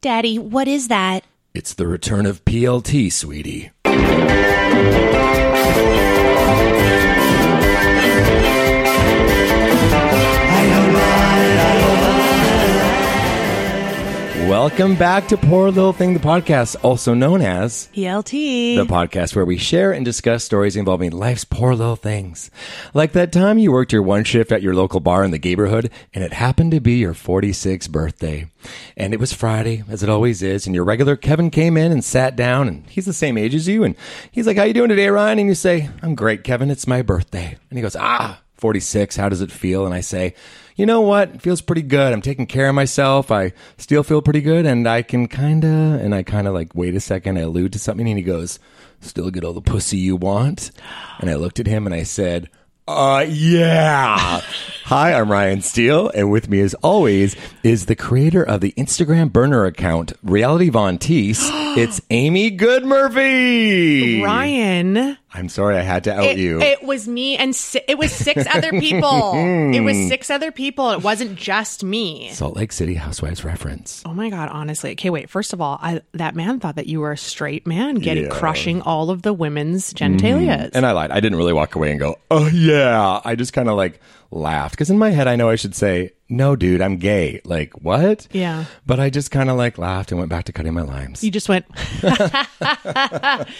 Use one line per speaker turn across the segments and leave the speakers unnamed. Daddy, what is that?
It's the return of PLT, sweetie. Welcome back to Poor Little Thing, the podcast, also known as
PLT.
the podcast where we share and discuss stories involving life's poor little things. Like that time you worked your one shift at your local bar in the neighborhood and it happened to be your 46th birthday. And it was Friday, as it always is, and your regular Kevin came in and sat down and he's the same age as you and he's like, how you doing today, Ryan? And you say, I'm great, Kevin. It's my birthday. And he goes, ah, 46. How does it feel? And I say, you know what? It feels pretty good. I'm taking care of myself. I still feel pretty good. And I can kind of, and I kind of like, wait a second. I allude to something. And he goes, still get all the pussy you want. And I looked at him and I said, uh, yeah. Hi, I'm Ryan Steele. And with me, as always, is the creator of the Instagram burner account, Reality Von Teese. it's Amy Goodmurphy.
Ryan.
I'm sorry I had to out
It,
you.
it was me and si- it was six other people. it was six other people. It wasn't just me.
Salt Lake City Housewives reference.
Oh my god, honestly. Okay, wait. First of all, I, that man thought that you were a straight man getting crushing all of the women's genitalia.
Mm. And I lied. I didn't really walk away and go, oh, yeah. I just kind of like laughed because in my head, I know I should say, no, dude, I'm gay. Like, what?
Yeah.
But I just kind of like laughed and went back to cutting my limes.
you just went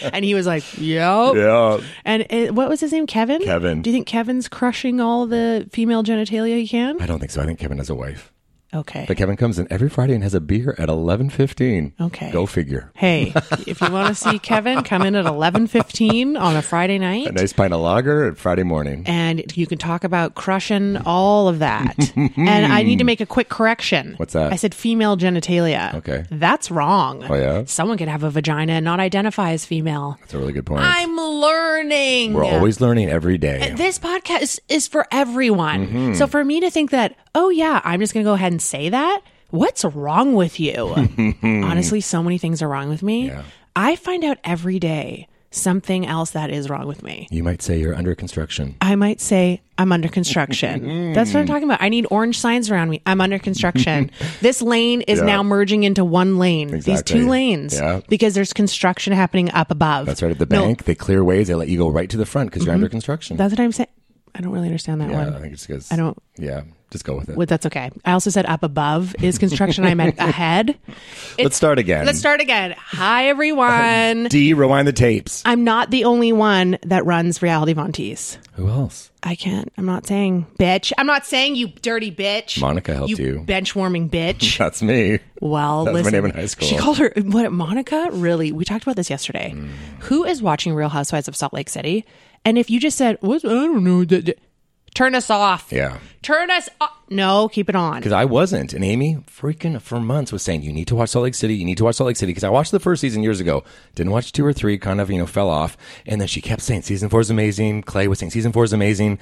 and he was like, "Yo."
Yeah.
And it, what was his name? Kevin?
Kevin.
Do you think Kevin's crushing all the female genitalia he can?
I don't think so. I think Kevin has a wife.
Okay.
But Kevin comes in every Friday and has a beer at 11:15.
Okay.
Go figure.
Hey, if you want to see Kevin come in at 11:15 on a Friday night
A nice pint of lager at Friday morning.
and you can talk about crushing all of that. and I need to make a quick correction.
What's that?
I said female genitalia.
Okay.
That's wrong.
Oh, yeah?
Someone could have a vagina and not identify as female.
That's a really good point.
I'm learning.
We're always learning every day.
This podcast is, is for everyone.
Mm-hmm.
So for me to think that, oh yeah, I'm just going to go ahead and say that, what's wrong with you? Honestly, so many things are wrong with me. I find out every day something else that is wrong with me.
You might say you're under construction.
I might say I'm under
Mm.
construction. That's what I'm talking about. I need orange signs around me. I'm under construction. this lane is
Yeah.
now merging into one lane. These
Exactly.
two lanes
Yeah.
because there's construction happening up above.
That's right at the
No,
bank. They clear ways. They let you go right to the front because you're under construction.
that's what I'm saying. I don't really understand that
yeah,
one.
I think it's because
I don't-
Yeah, Just go with it.
Well, that's okay. I also said up above is construction. I meant ahead.
Let's
It's-
start again.
Let's start again. Hi, everyone.
D, rewind the tapes.
I'm not the only one that runs Reality Von Teese.
Who else?
I can't. I'm not saying bitch. I'm not saying you dirty bitch.
Monica helped you.
Bench warming bitch.
That's me.
Well,
That was my
listen,
name in high school. Mm.
She called her what Monica? Really? We talked about this yesterday. Who is watching Real Housewives of Salt Lake City? And if you just said, "What? I don't know," d- d- turn us off.
Yeah.
Turn us off. No, keep it on.
Because I wasn't. And Amy, freaking for months, was saying, you need to watch Salt Lake City. You need to watch Salt Lake City. Because I watched the first season years ago, didn't watch two or three, kind of, you know, fell off. And then she kept saying, season four is amazing. Clay was saying, season four is amazing.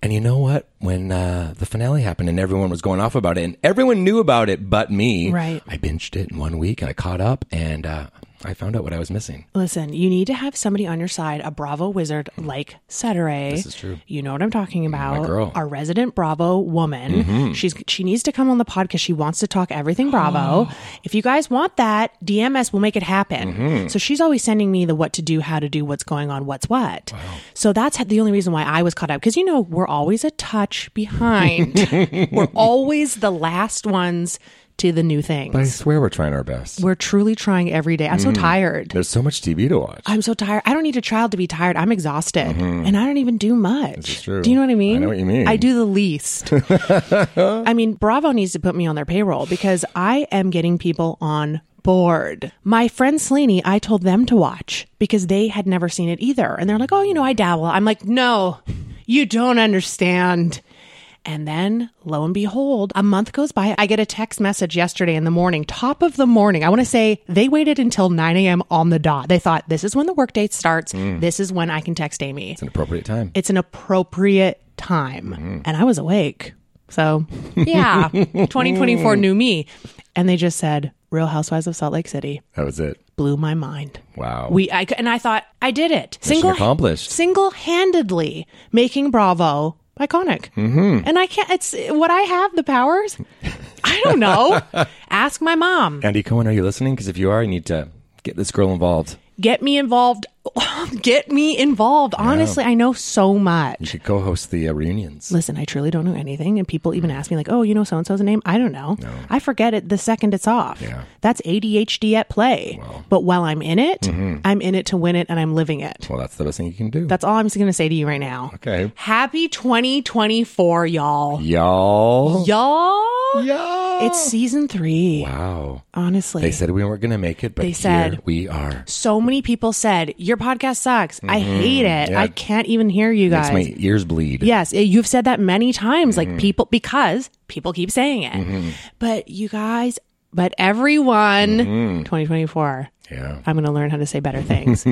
And you know what? When uh, the finale happened and everyone was going off about it and everyone knew about it but me,
Right.
I binged it in one week and I caught up and uh, I found out what I was missing.
Listen, you need to have somebody on your side, a Bravo wizard like Cedere. This
Hmm. is true.
You know what I'm talking about.
girl. Mm-hmm.
Our resident Bravo woman. She's she needs to come on the podcast. She wants to talk everything Bravo. if you guys want that, DMS will make it happen.
Mm-hmm.
So she's always sending me the what to do, how to do, what's going on, what's what. So that's the only reason why I was caught up because you know we're always a touch behind. we're always the last ones to the new
But I Mm-hmm.
things.
swear we're trying our best.
We're truly trying every day. I'm so tired.
There's so much TV to watch.
I'm so tired. I don't need a child to be tired. I'm exhausted and I don't even do much.
Mm-hmm. This is true.
Do you know what I mean?
I know what you mean.
I do the least. I mean, Bravo needs to put me on their payroll because I am getting people on board. My friend Slaney, I told them to watch because they had never seen it either. And they're like, oh, you know, I dabble. I'm like, no, you don't understand. And then, lo and behold, a month goes by. I get a text message yesterday in the morning, top of the morning. I want to say they waited until 9 a.m. on the dot. They thought, this is when the workday starts. This is when I can text Amy.
It's an appropriate time.
It's an appropriate time. And I was awake. So, yeah, 2024 knew me. And they just said, Real Housewives of Salt Lake City
that was it.
blew my mind.
Wow.
We I, c- and I thought I did it. Single
accomplished.
Single-handedly making Bravo iconic. Mm-hmm. And I can't. It's what I have. The powers. I don't know. Ask my mom.
Andy Cohen, are you listening? Because if you are, you need to get this girl involved.
Get me involved. Get me involved. Honestly, I know so
You
much.
should co-host the uh, reunions.
Listen, I truly don't know anything, and people
Hmm.
even ask me like, "Oh, you know so and so's name?" I don't know. I forget it the second it's off.
Yeah.
That's ADHD at play. But while I'm in it, I'm in it to win it, and I'm living it.
Mm-hmm. Well, that's the best thing you can do.
That's all I'm going to say to you right now.
okay,
Happy 2024, y'all.
y'all.
Y'all.
Y'all.
It's season three.
wow.
Honestly.
They said we weren't going to make it, but
They
here
said-
we are.
so many people said, Your podcast sucks. I hate it.
Mm-hmm. Yeah.
I can't even hear you
Makes
guys.
my ears bleed.
Yes, eh, you've said that many times. Like people, because people keep saying it. But you guys, but everyone, 2024,
Yeah.
I'm going to learn how to say better things.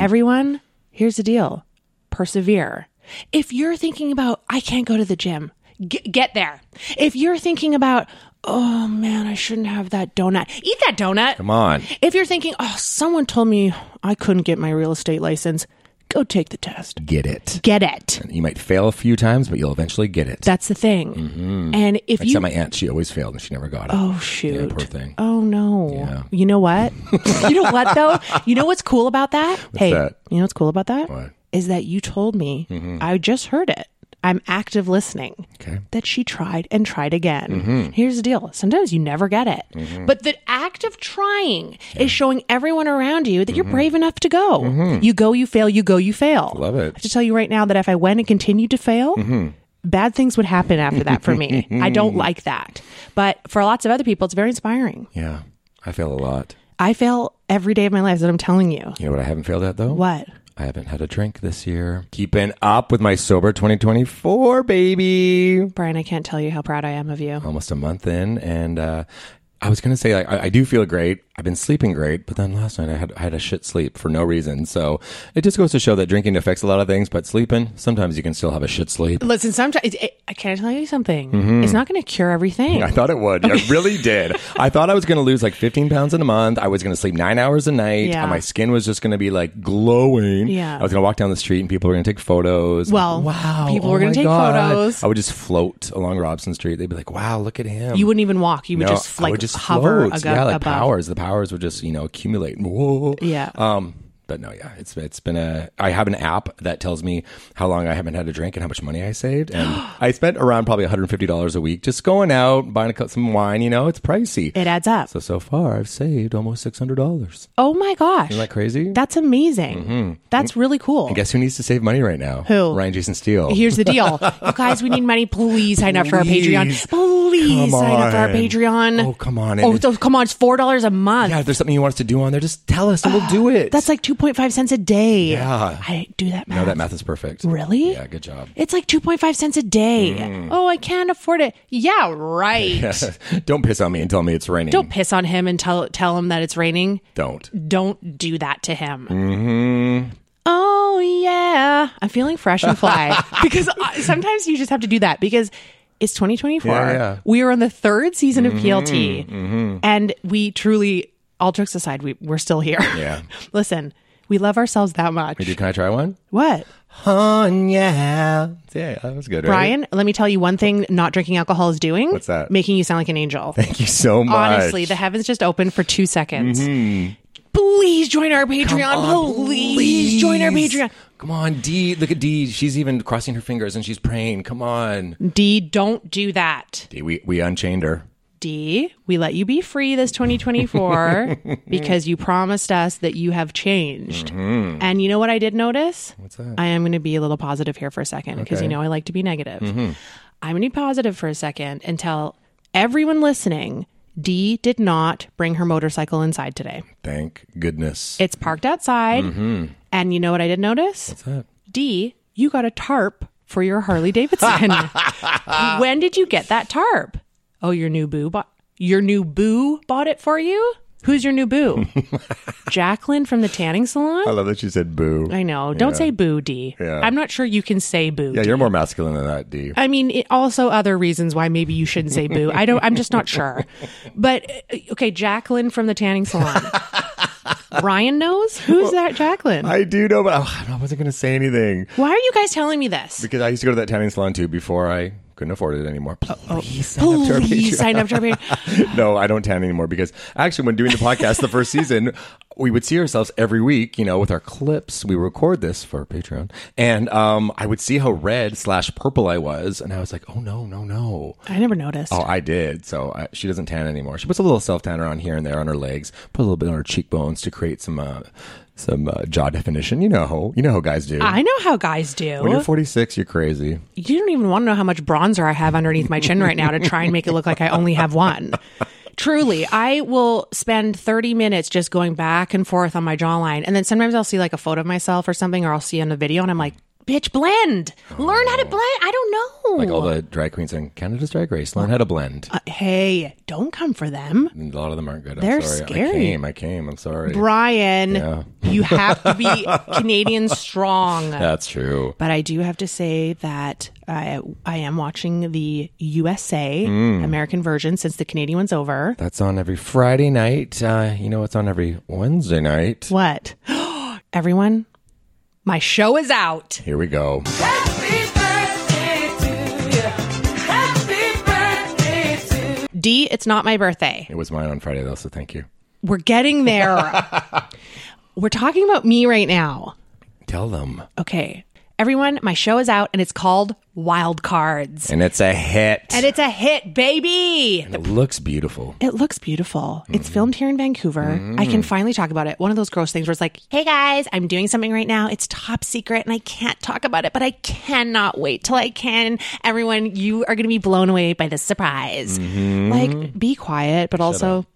everyone, here's the deal persevere. If you're thinking about, I can't go to the gym, g- get there. If you're thinking about, oh man, I shouldn't have that donut, eat that donut.
Come on.
If you're thinking, oh, someone told me I couldn't get my real estate license, go take the test.
Get it.
Get it.
You might fail a few times, but you'll eventually get it.
That's the thing.
Mm-hmm.
And if
Except
you,
my aunt, she always failed and she never got it.
oh shoot,
poor thing.
Oh no.
Yeah.
You know what? you know what though? You know what's cool about that? hey,
that?
you know what's cool about that? Is
What? Mm-hmm.
that you told me? I just heard it. I'm active listening.
Okay.
That she tried and tried again.
Mm-hmm.
Here's the deal. Sometimes you never get it. But the act of trying is showing everyone around you that
Mm-hmm.
you're brave enough to go. You go, you fail, you go, you fail.
Love it. Mm-hmm.
I have to tell you right now that if I went and continued to fail, bad things would happen after that for me. I don't like that. But for lots of other people, it's very inspiring.
Yeah. I fail a lot.
I fail every day of my life that I'm telling you.
You know what I haven't failed at though?
What?
I haven't had a drink this year. Keeping up with my sober 2024, baby.
Brian, I can't tell you how proud I am of you.
almost a month in, and uh, I was gonna say like I, I do feel great. I've been sleeping great, but then last night I had I had a shit sleep for no reason. So it just goes to show that drinking affects a lot of things, but sleeping sometimes you can still have a shit sleep.
Listen, sometimes it, it, I can't tell you something. It's not going to cure everything.
Mm-hmm. I thought it would. I really did. I thought I was going to lose like 15 pounds in a month. I was going to sleep nine hours a night.
Yeah.
And my skin was just going to be like glowing.
Yeah.
I was going to walk down the street and people were going to take photos.
Well,
wow. Oh
people were gonna
my
take photos.
I would just float along Robson Street. They'd be like, wow, look at him.
You wouldn't even walk. You would
Um, No,
just
I
like
would just
hover
float.
ag-
yeah, like
above.
powers. The powers would just you know accumulate. Whoa.
Yeah.
Um. But no, yeah, it's it's been a. I have an app that tells me how long I haven't had a drink and how much money I saved, and I spent around probably one hundred and fifty dollars a week just going out buying a, cup- some wine. You know, it's pricey.
It adds up.
so so far, I've saved almost six hundred dollars.
oh my gosh.
Isn't that crazy?
That's amazing. That's really cool.
Mm-hmm. I guess who needs to save money right now?
Who?
Ryan Jason Steele.
Here's the deal. you guys, we need money. Please sign up for our Patreon.
Please.
Please
Come
sign up for our
on.
Patreon.
Oh, come on.
Oh,
And-
so come on. It's $4 a month.
yeah, if there's something you want us to do on there, just tell us and we'll do it.
That's like 2.5 cents a day.
Yeah.
I do that math.
no, that math is perfect.
Really?
Yeah, good job. Mm.
It's like 2.5 cents a day. Oh, I can't afford it. Yeah, right.
Don't piss on me and tell me it's raining.
Don't piss on him and tell tell him that it's raining.
Don't. Mm.
Don't do that to him. Oh yeah, I'm feeling fresh and fly because uh, sometimes you just have to do that because it's 2024.
Yeah, yeah. Mm-hmm,
We are on the third season of PLT, and we truly, all jokes aside, we we're still here.
Yeah.
Listen, we love ourselves that much.
Dude, can I try one?
What?
Oh, yeah. Yeah, that was good, right?
Brian, let me tell you one thing not drinking alcohol is doing.
What's that?
Making you sound like an angel.
Thank you so much. Mm-hmm.
Honestly, the heavens just opened for two seconds. Please join our Patreon. please. join our Patreon.
Come on, Dee. Look at Dee. She's even crossing her fingers and she's praying. Come on.
D, don't do that.
Dee, we, we unchained her.
D, we let you be free this 2024 because you promised us that you have changed. And you know what I did notice? Mm-hmm. What's that? I am going to be a little positive here for a second because you know I like to be negative. I'm going to be positive for a second and tell everyone listening D did not bring her motorcycle inside today.
Thank goodness.
It's parked outside. And you know what I did notice? What's
Mm-hmm. that?
D, you got a tarp for your Harley Davidson. when did you get that tarp? Oh, your new boo bought your new boo bought it for you? Who's your new boo? Jacqueline from the tanning
I
salon?
love that she said boo.
I know. Don't say boo, D.
Yeah.
am not sure you can say boo.
yeah,
D.
you're more masculine than that, Dee.
I mean, it, also other reasons why maybe you shouldn't say boo. I don't. I'm just not sure. But uh, okay, Jacqueline from the tanning salon. Ryan knows who's that Jacqueline.
I do know, but oh, I I wasn't going to say anything
Why are you guys telling me this?
because I used to go to that tanning salon too before I couldn't afford it anymore. Please, sign up to our
Please
Patreon.
sign up to our Patreon.
no, I don't tan anymore because actually, when doing the podcast the first season, we would see ourselves every week, you know, with our clips. We record this for Patreon, and um, I would see how red slash purple I was, and I was like, oh no, no, no.
I never noticed.
Oh, I did. So I, she doesn't tan anymore. She puts a little self tanner on here and there on her legs, put a little bit on her cheekbones to create some uh, some uh, jaw definition. You know, you know how guys do.
I know how guys do.
when you're 46, you're crazy.
you don't even want to know how much bronzer I have underneath my chin right now to try and make it look like I only have one. Truly, I will spend 30 minutes just going back and forth on my jawline. And then sometimes I'll see like a photo of myself or something, or I'll see on a video and I'm like, bitch, blend. Learn how to blend. I don't know.
Oh. Like all the drag queens in Canada's Drag Race, learn how to blend.
Uh, hey, don't come for them.
And a lot of them aren't good. I'm
They're
sorry.
scary.
I came. I came. I'm sorry.
Brian,
Yeah.
you have to be Canadian strong.
That's true.
But I do have to say that I, I am watching the USA American version since the Canadian one's over.
That's on every Friday night. Uh, you know, it's on every Wednesday night.
What? Everyone, my show is out.
Here we go.
D, it's not my birthday.
It was mine on Friday, though, so thank you.
We're getting there. We're talking about me right now.
Tell them.
Okay. Everyone, my show is out and it's called Wild Cards.
And it's a hit.
And it's a hit, baby.
And it looks beautiful.
It looks beautiful. It's filmed here in Vancouver. I can finally talk about it. One of those gross things where it's like, hey guys, I'm doing something right now. It's top secret and I can't talk about it, but I cannot wait till I can. Everyone, you are going to be blown away by this surprise. Like, be quiet, but also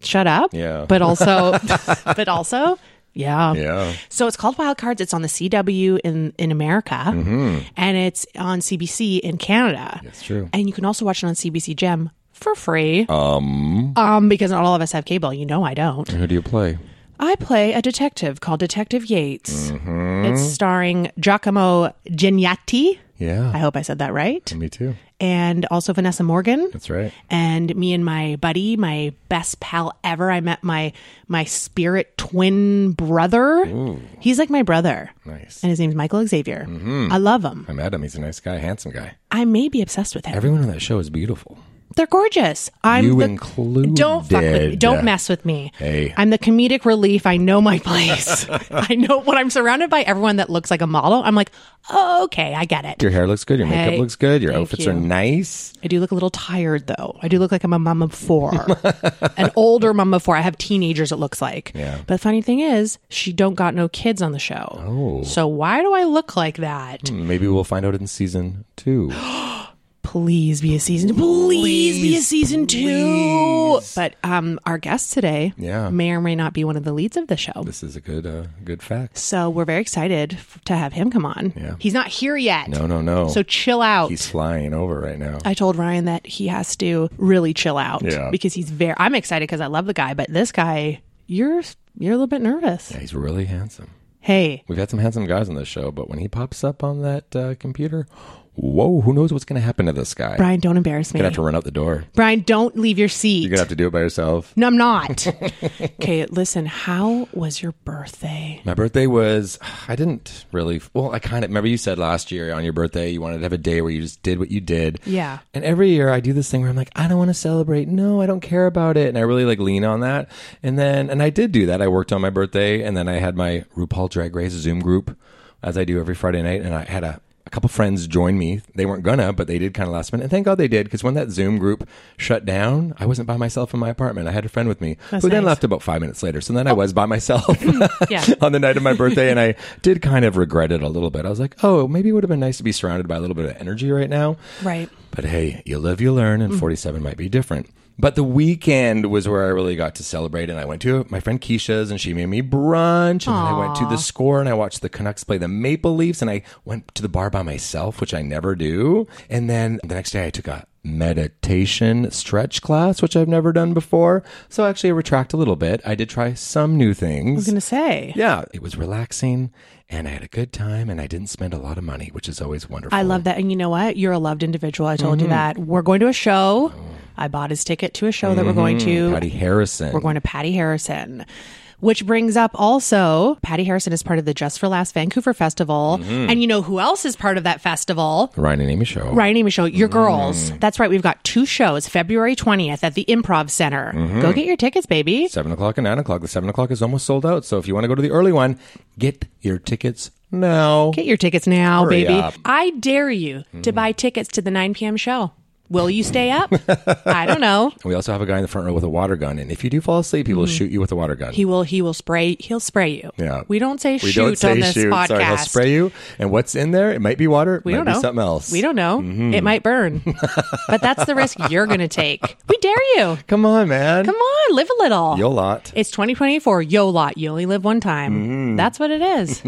shut up.
Yeah.
But also, but also, yeah.
Yeah.
So it's called Wild Cards. It's on the CW in in America, and it's on CBC in Canada. That's
true.
And you can also watch it on CBC Gem for free. Um, um, because not all of us have cable. You know, I don't.
Who do you play?
I play a detective called Detective Yates.
Mm-hmm.
It's starring Giacomo Geniati.
Yeah.
I hope I said that right.
Me too.
And also Vanessa Morgan
That's right.
and me and my buddy, my best pal ever. I met my my spirit twin brother. He's like my brother.
Nice. Mm-hmm.
And his name's Michael Xavier. I love him.
I met him. He's a nice guy, handsome guy.
I may be obsessed with him.
Everyone on that show is beautiful.
They're gorgeous. I'm
You
the,
included.
Don't fuck with me. Don't mess with me.
Hey.
I'm the comedic relief. I know my place. I know when I'm surrounded by everyone that looks like a model. I'm like, oh, okay, I get it.
Your hair looks good. Your makeup
Hey,
looks good. Your
thank
outfits
you.
are nice.
I do look a little tired though. I do look like I'm a mom of four, an older mom of four. I have teenagers. It looks like. Yeah. But the funny thing is, she don't got no kids on the show. Oh. So why do I look like that?
Maybe we'll find out in season two.
Please be a season. Please, be a season two. But um, our guest today,
Yeah.
may or may not be one of the leads of the show.
this is a good, uh, good fact.
So we're very excited f- to have him come on.
Yeah.
He's not here yet.
No, no, no.
So chill out.
he's flying over right now.
I told Ryan that he has to really chill out
Yeah.
because he's very. I'm excited because I love the guy, but this guy, you're you're a little bit nervous.
Yeah, he's really handsome.
Hey,
We've had some handsome guys on this show, but when he pops up on that uh, computer, whoa, who knows what's going to happen to this guy?
Brian, don't embarrass me.
You're going to have to run out the door.
Brian, don't leave your seat.
You're going to have to do it by yourself.
no, I'm not. okay, listen. How was your birthday?
My birthday was, I didn't really, well, I kind of remember you said last year on your birthday, you wanted to have a day where you just did what you did.
Yeah.
And every year I do this thing where I'm like, I don't want to celebrate. No, I don't care about it. And I really like lean on that. And then, and I did do that. I worked on my birthday and then I had my RuPaul Drag Race Zoom group as I do every Friday night. And I had a, a couple friends join me. They weren't gonna, but they did kind of last minute. And thank God they did because when that Zoom group shut down, I wasn't by myself in my apartment. I had a friend with me who then left about five minutes later. So then I was by myself
Oh. Yeah.
on the night of my birthday, and I did kind of regret it a little bit. I was like, oh, maybe it would have been nice to be surrounded by a little bit of energy right now.
Right.
But hey, you live, you learn,
Mm.
and 47 might be different. But the weekend was where I really got to celebrate, and I went to my friend Keisha's, and she made me brunch, and then I went to the score, and I watched the Canucks play the Maple Leafs, and I went to the bar by myself, which I never do. And then the next day, I took a meditation stretch class, which I've never done before. So actually, I retract a little bit. I did try some new things.
I was gonna say.
Yeah, it was relaxing and I had a good time and I didn't spend a lot of money, which is always wonderful.
I love that. And you know what? You're a loved individual. I told you
Mm-hmm.
that. We're going to a show. I bought his ticket to a show that we're going to.
Mm-hmm. Patty Harrison.
We're going to Patty Harrison. Which brings up also Patty Harrison is part of the Just for Last Vancouver Festival.
Mm-hmm.
And you know who else is part of that festival?
Ryan and Amy show.
Ryan Amy Show,
Mm.
your girls. That's right. We've got two shows February 20th at the Improv Center.
Mm-hmm.
Go get your tickets, baby.
Seven o'clock and nine o'clock. The seven o'clock is almost sold out. So if you want to go to the early one, get your tickets now.
Get your tickets now,
Hurry
baby.
up. Hmm.
I dare you to buy tickets to the 9 p.m. show. Will you stay up? I don't know.
We also have a guy in the front row with a water gun, and if you do fall asleep, he will shoot you with a water gun.
Hmm. He will. He will spray. He'll spray you.
Yeah.
We don't say
we
shoot
don't say
on this
shoot.
podcast.
Sorry, he'll spray you. And what's in there? It might be water. It
We
might
don't
be
know.
something else. Mm-hmm.
We don't know. It might burn. but that's the risk you're going to take. We dare you.
Come on, man.
Come on, live a little.
Yolot.
It's 2024. YOLOT. You only live one time. That's what it is.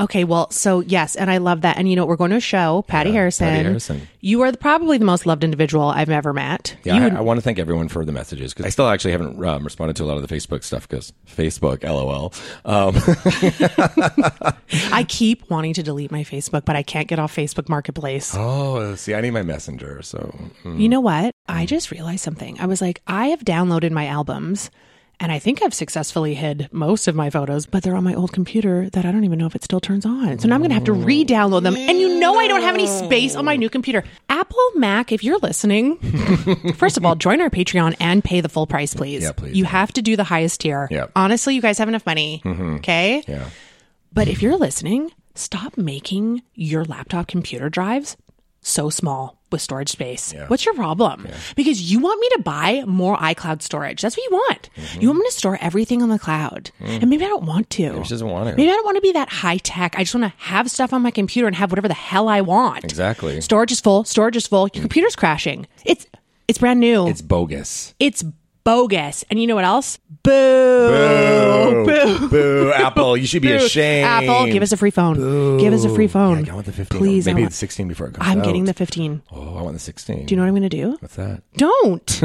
okay, well, so yes, and I love that. And you know, what? we're going to a show, Patty Harrison.
Patty Harrison.
You are the, probably the most loved individual I've ever met.
Yeah,
you
I, I want to thank everyone for the messages because I still actually haven't um, responded to a lot of the Facebook stuff because Facebook, lol. Um,
I keep wanting to delete my Facebook, but I can't get off Facebook Marketplace.
oh, see, I need my messenger. So mm.
You know what? I just realized something. I was like, I have downloaded my albums and I think I've successfully hid most of my photos, but they're on my old computer that I don't even know if it still turns on. So now I'm going to have to
Oh.
re download them. And you know, I don't have any space on my new computer. Apple Mac, if you're listening, first of all, join our Patreon and pay the full price, please.
Yeah, please.
You have to do the highest tier.
Yeah. Mm-hmm.
Honestly, you guys have enough money. Okay.
yeah,
But if you're listening, stop making your laptop computer drives so small with storage space. What's your problem? Because you want me to buy more iCloud storage. That's what you want.
Mm-hmm.
You want me to store everything on the cloud. And maybe I don't want to.
she doesn't want to.
Maybe I don't want to be that high tech. I just want to have stuff on my computer and have whatever the hell I want.
Exactly. Mm.
Storage is full. Storage is full. Your computer's crashing. It's it's brand new.
It's bogus.
It's bogus. And you know what else? Boo.
boo, boo, Apple, Oh, you should be ashamed.
Apple, give us a free phone. Give us a free phone.
Yeah, I want the 15.
Please. I
Maybe
want-
it's 16 before it comes
I'm
out.
getting the 15.
Oh, I want the 16.
Do you know what I'm going to do?
what's that?
Don't.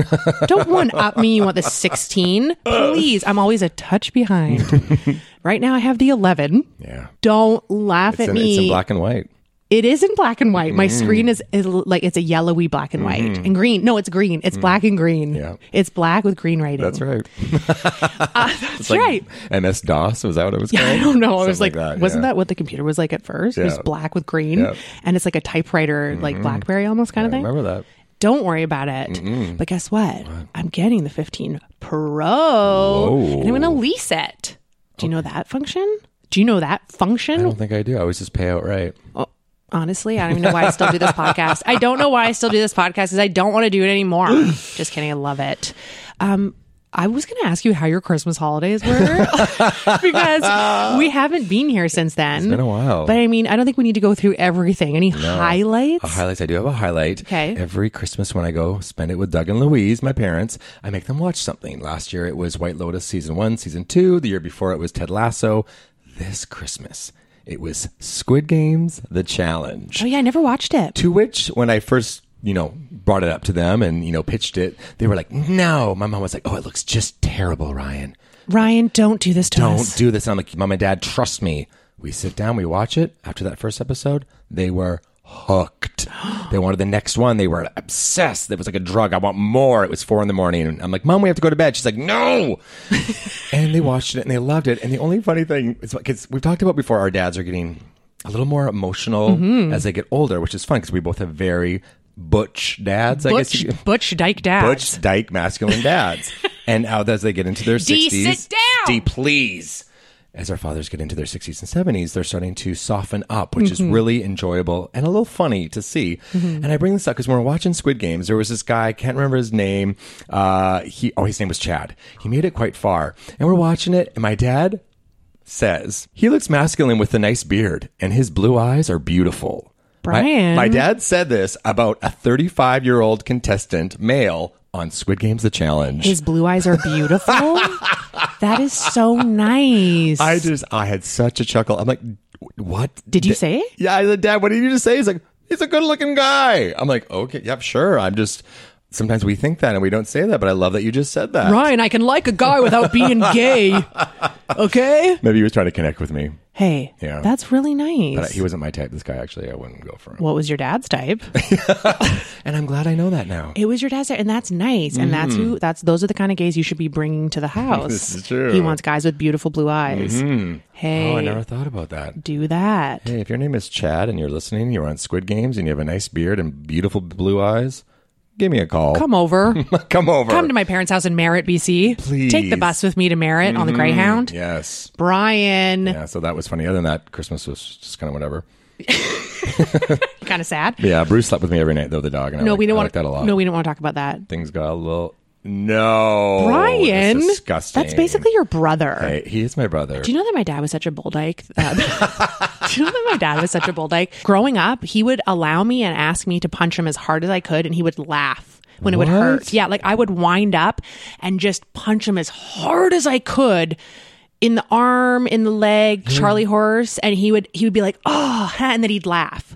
Don't one up me. You want the 16? Please. I'm always a touch behind. right now I have the 11.
Yeah.
Don't laugh
It's
at
in,
me.
it's in black Mm. and white.
It is in black and white. My screen is, is l- like it's a yellowy black and white and green. No, it's green. It's black and green.
Mm-hmm. Mm. Yeah.
It's black with green writing.
That's right.
Uh, That's
Like
right.
MS DOS was that what it was called?
I don't know. I
Something
was like, wasn't
yeah.
that what the computer was like at first? It was
Yeah.
black with green,
Yeah.
and it's like a typewriter, like BlackBerry almost kind of
I
thing.
remember that?
Don't worry about it. But guess what? I'm getting the 15 Pro and I'm going to lease it. Do you know that function? Do you know that
I
function?
don't think I do. I always just pay outright.
Honestly, I don't even know why I still do this podcast. I don't know why I still do this podcast because I don't want to do it anymore. Just kidding. I love it. Um, I was going to ask you how your Christmas holidays were because we haven't been here since then. It's
been a while.
But I mean, I don't think we need to go through everything. Any highlights?
Oh. A highlights. I do have a highlight.
Okay.
Every Christmas when I go spend it with Doug and Louise, my parents, I make them watch something. Last year it was White Lotus season one, season two. The year before it was Ted Lasso. This Christmas it was Squid Games: The Challenge.
oh, yeah. I never watched it.
To which, when I first, you know, brought it up to them and, you know, pitched it, they were like, no. My mom was like, oh, it looks just terrible, Ryan.
Ryan, don't do this to
Don't
us.
do this. And I'm like, mom and dad, trust me. We sit down, we watch it. After that first episode, they were hooked. They wanted the next one. They were obsessed. It was like a drug. I want more. It was four in the morning. And I'm like, mom, we have to go to bed. She's like, no. and they watched it and they loved it. And the only funny thing is because we've talked about before, our dads are getting a little more emotional
Mm-hmm.
as they get older, which is fun because we both have very butch dads, I guess.
Butch,
You,
Butch Dyke Dad.
Butch dyke masculine dads. and out as they get into their
D,
60s,
sit down!
D, please. As our fathers get into their 60s and 70s, they're starting to soften up, which
Mm-hmm.
is really enjoyable and a little funny to see. And I bring this up because when we we're watching Squid Games, there was this guy, I can't remember his name. Uh, he, oh, his name was Chad. He made it quite far. And we're watching it, and my dad says, he looks masculine with a nice beard, and his blue eyes are beautiful. My-
Brian.
my dad said this about a 35 year old contestant male on Squid Games The Challenge.
His blue eyes are beautiful. that is so nice.
I just, I had such a chuckle. I'm like, what?
Did you say it?
Yeah, I said, Dad, what did you just say? He's like, he's a good looking guy. I'm like, okay, yep, sure. I'm just, sometimes we think that and we don't say that, but I love that you just said that.
Ryan, I can like a guy without being gay. Okay?
Maybe he was trying to connect with me,
Hey,
Yeah.
that's really
but
nice.
he wasn't my type. This guy, actually, I wouldn't go for him.
what was your dad's type?
And I'm glad I know that now.
it was your dad's type, and that's nice. And that's who that's those are the kind of gays you should be bringing to the house.
Mm-hmm. This is true.
He wants guys with beautiful blue eyes. Hey,
Oh, I never thought about that.
do that.
Hey, if your name is Chad and you're listening, you're on Squid Games and you have a nice beard and beautiful blue eyes, give me a call.
Come over.
Come over.
Come to my parents' house in Merritt, BC.
Please.
Take the bus with me to Merritt on the Greyhound.
Yes.
Brian,
Yeah, so that was funny. Other than that, Christmas was just kind of whatever.
kind of sad.
Yeah, Bruce slept with me every night though, the dog. And I
No,
like,
we don't
I
want
like that a lot.
No, we don't want to talk about that.
things got a little No.
Brian,
That's Oh, disgusting.
That's basically your brother.
Hey, he is my brother.
Do you know that my dad was such a bull dyke? Um, do you know that my dad was such a bull dyke? Growing up, he would allow me and ask me to punch him as hard as I could, and he would laugh when it would hurt. Yeah, like I would wind up and just punch him as hard as I could in the arm, in the leg, Charlie horse, and he would he would be like, oh, and then he'd laugh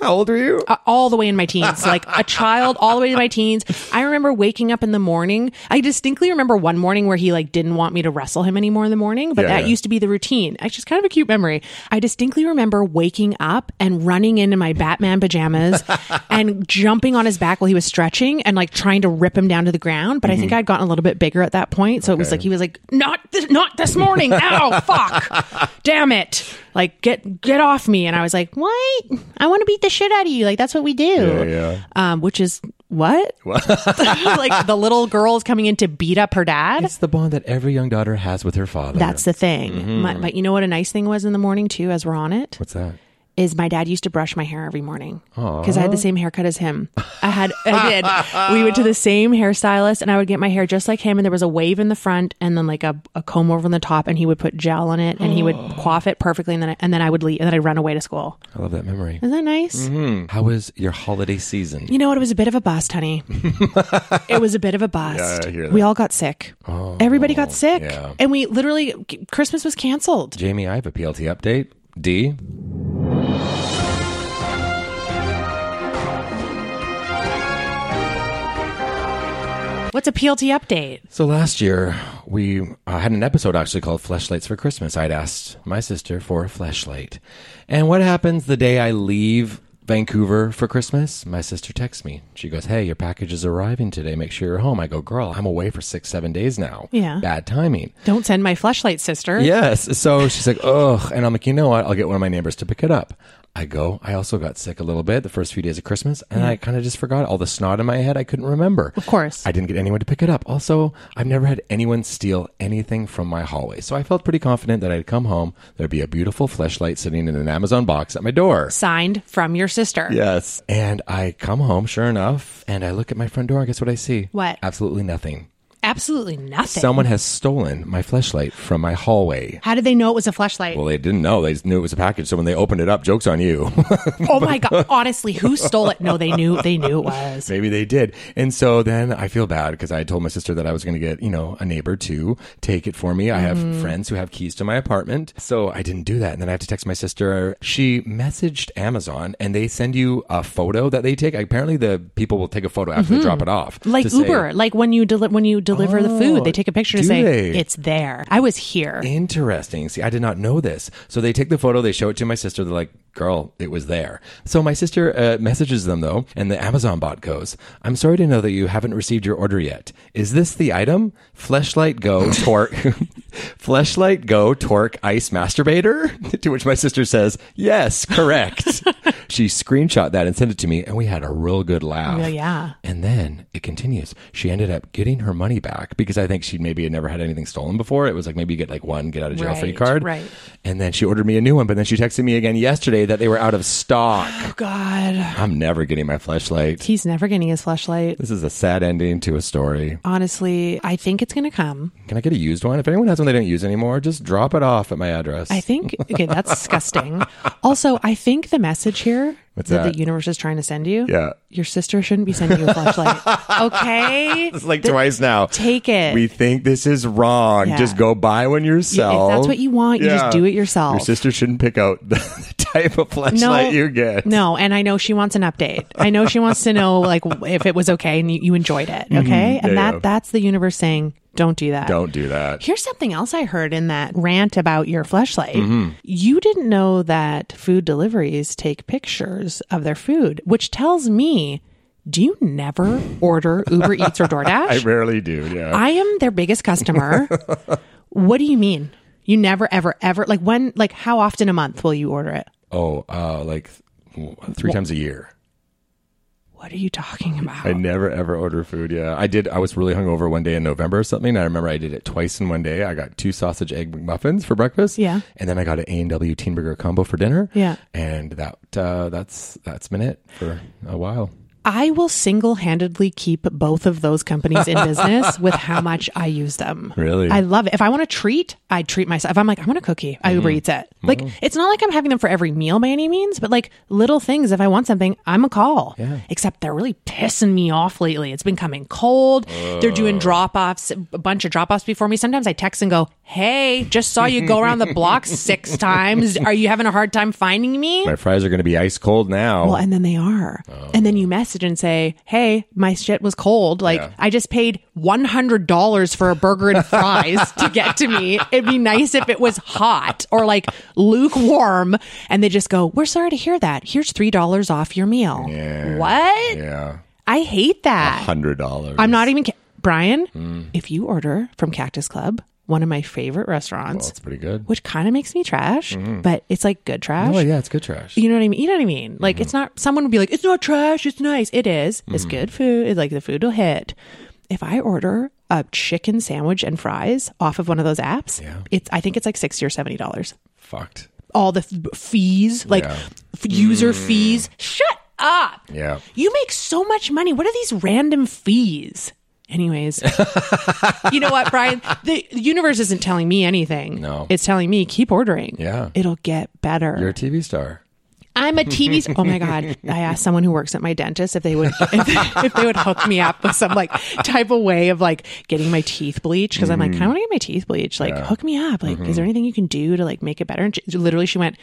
How old are you?
uh, all the way in my teens, like a child all the way to my teens. I remember waking up in the morning. I distinctly remember one morning where he like didn't want me to wrestle him anymore in the morning, but
Yeah,
that
yeah.
used to be the routine. Actually, it's kind of a cute memory. I distinctly remember waking up and running into my Batman pajamas and jumping on his back while he was stretching and like trying to rip him down to the ground. But I
Mm-hmm.
think I'd gotten a little bit bigger at that point, so it was like he was like, "Not, th- not this morning! Ow, fuck, damn it!" Like get get off me, and I was like, "What? I want to beat the shit out of you! Like that's what we do."
yeah.
Um, which is what? like the little girl's coming in to beat up her dad.
It's the bond that every young daughter has with her father.
That's the thing.
Mm-hmm.
My, but you know what a nice thing was in the morning too, as we're on it,
What's that?
is my dad used to brush my hair every morning because I had the same haircut as him. I had, I did. we went to the same hairstylist, and I would get my hair just like him, and there was a wave in the front, and then like a, a comb over on the top, and he would put gel on it, and he would coif it perfectly, and then I, and then I would leave, and then I'd run away to school.
I love that memory.
Isn't that nice?
How was your holiday season?
You know what? It was a bit of a bust, honey. it was a bit of a bust.
I hear that. Oh,
we all got sick. Everybody got sick,
yeah.
and we literally Christmas was canceled.
Jamie, I have a PLT update. D.
What's a PLT update?
So last year, we uh, had an episode actually called Fleshlights for Christmas. I'd asked my sister for a fleshlight. And what happens the day I leave Vancouver for Christmas, my sister texts me. She goes, Hey, your package is arriving today. Make sure you're home. I go, Girl, I'm away for six, seven days now.
Yeah.
Bad timing.
Don't send my flashlight, sister.
Yes. So she's like, ugh. And I'm like, you know what? I'll get one of my neighbors to pick it up. I go. I also got sick a little bit the first few days of Christmas, and I kind of just forgot all the snot in my head. I couldn't remember.
Mm-hmm. Of course.
I didn't get anyone to pick it up. Also, I've never had anyone steal anything from my hallway. So I felt pretty confident that I'd come home. There'd be a beautiful fleshlight sitting in an Amazon box at my door.
Signed from your sister.
Yes. And I come home, sure enough, and I look at my front door, and guess what I see?
What?
Absolutely nothing.
Absolutely nothing.
Someone has stolen my fleshlight from my hallway.
How did they know it was a flashlight?
Well, they didn't know. They just knew it was a package. So when they opened it up, joke's on you.
oh my god! Honestly, who stole it? No, they knew. They knew it was.
Maybe they did. And so then I feel bad because I told my sister that I was going to get, you know, a neighbor to take it for me. I have friends who have keys to my apartment. So I didn't do that. And then I have to text my sister. She messaged Amazon and they send you a photo that they take. Apparently, the people will take a photo after they drop it off.
Like
to say,
Uber, like when you deli- when you deliver the
Oh,
food, they take a picture to
do
say
they?
it's there. I was here.
Interesting. See, I did not know this. So they take the photo, they show it to my sister. They're like, girl, it was there. So my sister uh, messages them, though, and the Amazon bot goes, I'm sorry to know that you haven't received your order yet. Is this the item? Fleshlight Go Torque. Fleshlight Go Torque Ice Masturbator? to which my sister says, yes, correct. she screenshot that and sent it to me, and we had a real good laugh.
Yeah, Oh, yeah.
And then it continues. She ended up getting her money back because I think she maybe had never had anything stolen before. It was like maybe you get like one get out of jail free
Right,
card.
right.
And then she ordered me a new one, but then she texted me again yesterday that they were out of stock.
Oh god,
I'm never getting my flashlight.
he's never getting his flashlight.
This is a sad ending to a story.
Honestly, I think it's gonna come.
Can I get a used one? If anyone has one they don't use anymore, just drop it off at my address.
I think. Okay, that's disgusting. Also, I think the message here
What's
that,
that?
the universe is trying to send you.
Yeah.
Your sister shouldn't be sending you a flashlight. Okay.
it's like twice now.
Take it.
We think this is wrong.
Yeah.
Just go buy one yourself.
If that's what you want, you just do it yourself.
Your sister shouldn't pick out the type of flashlight you get.
No, and I know she wants an update. I know she wants to know like w- if it was okay and you, you enjoyed it, okay?
Mm-hmm. yeah,
and that
yeah.
that's the universe saying, don't do that.
Don't do that.
Here's something else I heard in that rant about your flashlight.
Mm-hmm.
You didn't know that food deliveries take pictures of their food, which tells me, do you never order Uber Eats or DoorDash?
I rarely do. Yeah.
I am their biggest customer. what do you mean? You never, ever, ever like when, like how often a month will you order it?
oh, uh, like th- three times a year.
What are you talking about?
I never ever order food. Yeah, I did. I was really hungover one day in November or something. I remember I did it twice in one day. I got two sausage egg McMuffins for breakfast.
Yeah.
and then I got an A and W teen burger combo for dinner.
Yeah.
and that uh, that's that's been it for a while.
I will single handedly keep both of those companies in business with how much I use them.
Really?
I love it. If I want a treat, I treat myself. If I'm like, I want a cookie, I Uber Eats it. Like, it's not like I'm having them for every meal by any means, but like little things, if I want something, I'm a call. Yeah. Except they're really pissing me off lately. It's been coming cold. They're doing drop offs, a bunch of drop offs before me. Sometimes I text and go, Hey, just saw you go around the block six times. Are you having a hard time finding me?
My fries are going to be ice cold now.
Well, and then they are. And then you message and say, hey, my shit was cold. Like, I just paid $100 for a burger and fries to get to me. It'd be nice if it was hot or like lukewarm. And they just go, we're sorry to hear that. Here's $3 off your meal. What?
yeah,
I hate that.
hundred Mm. dollars.
I'm not even. Ki- Brian, if you order from Cactus Club, one of my favorite restaurants,
That's pretty Mm-hmm. good.
which kind of makes me trash, but it's like good trash.
Oh yeah, it's good trash.
You know what I mean? You know what I mean? Like it's
Mm-hmm.
not someone would be like, it's not trash, it's nice. It is. It's good food. It's like the food will hit. If I order a chicken sandwich and fries off of one of those apps, it's I think it's like sixty or seventy dollars.
Fucked.
All the f- fees, like f- user
Mm.
fees. Shut up.
Yeah.
You make so much money. What are these random fees? Anyways, you know what, Brian? The the universe isn't telling me anything.
No.
It's telling me keep ordering.
Yeah.
It'll get better.
You're a TV star.
I'm a TV. s- Oh my god! I asked someone who works at my dentist if they would if they, if they would hook me up with some like type of way of like getting my teeth bleached because I'm
Mm.
like I want
Mm-hmm.
to get my teeth bleached. Like hook me up. Like is there anything you can do to like make it better? And she, literally, she went,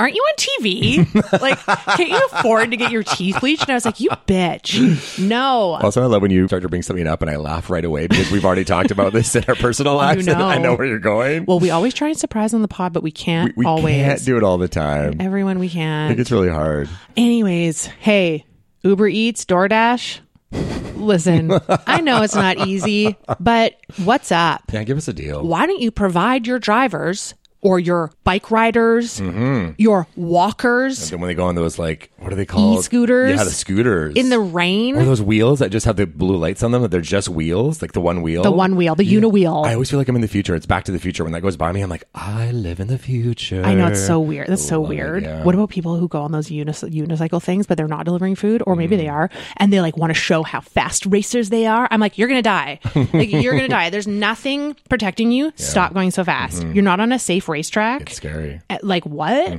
aren't you on TV? like, can't you afford to get your teeth bleached? And I was like, you bitch. No.
Also, I love when you start to bring something up and I laugh right away because we've already talked about this in our personal lives. and
know.
I know where you're going.
Well, we always try and surprise on the pod, but we can't
we we
always.
can't do it all the time.
Everyone we
I think
can.
it's really hard.
Anyways, hey, Uber Eats, DoorDash. Listen, I know it's not easy, but what's up?
Yeah, give us a deal.
why don't you provide your drivers or your bike riders, your walkers
And when they go on those, like, what are they called?
E-scooters?
Yeah, the scooters.
in the
Or
rain,
those wheels that just have the blue lights on them, that they're just wheels, like the one wheel.
the one wheel, the
I
uniwheel?
always feel like I'm in the future. It's Back to the Future. When that goes by me, I'm like, I live in the future.
I, know it's so weird. That's so
Love it,
weird.
yeah.
What about people who go on those unis- unicycle things, but they're not delivering food, or maybe
Mm.
they are, and they like want to show how fast racers they are? I'm like, you're gonna die. like you're gonna die. There's nothing protecting you. Stop going so fast. You're not on a safe racetrack.
Mm-hmm. It's scary.
At- Eh, like what?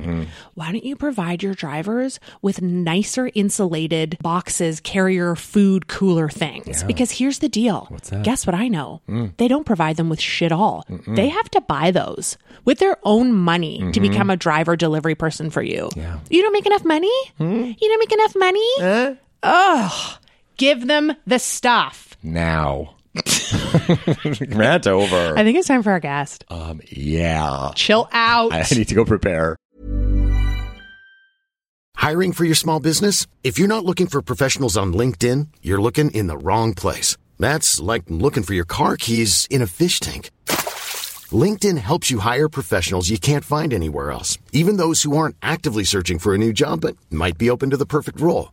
Why don't you provide your drivers with nicer insulated boxes, carrier food cooler things? Because here's the deal. What's that? Mm. Guess what I know? They don't provide them with shit all. They have to buy those with their own money to become a driver delivery person for you. Mm-hmm. Yeah. Hmm? You don't make enough money? You don't make enough money? Ugh. Give them the stuff.
Now. Rant over.
I think it's time for our guest.
um, yeah.
Chill out.
I need to go prepare.
Hiring for your small business? If you're not looking for professionals on LinkedIn, you're looking in the wrong place. That's like looking for your car keys in a fish tank. LinkedIn helps you hire professionals you can't find anywhere else, even those who aren't actively searching for a new job but might be open to the perfect role.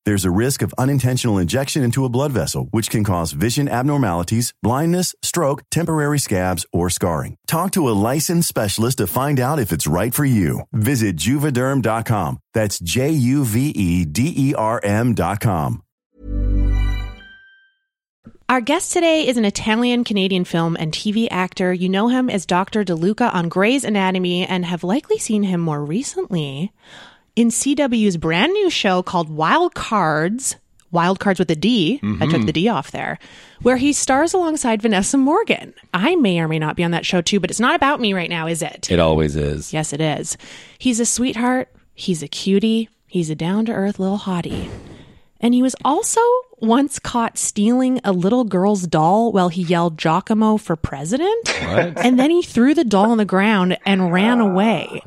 There's a risk of unintentional injection into a blood vessel, which can cause vision abnormalities, blindness, stroke, temporary scabs, or scarring. Talk to a licensed specialist to find out if it's right for you. Visit juvederm.com. That's J U V E D E R M.com.
Our guest today is an Italian Canadian film and TV actor. You know him as Dr. DeLuca on Grey's Anatomy and have likely seen him more recently in CW's brand new show called Wild Cards. Wild Cards with a D. I took the D off there, where he stars alongside Vanessa Morgan. I may or may not be on that show too, but it's not about me right now, is it?
It always is.
Yes, it is. He's a sweetheart. He's a cutie. He's a down to earth little hottie. And he was also once caught stealing a little girl's doll while he yelled Giacomo for president. And then he threw the doll on the ground and ran away.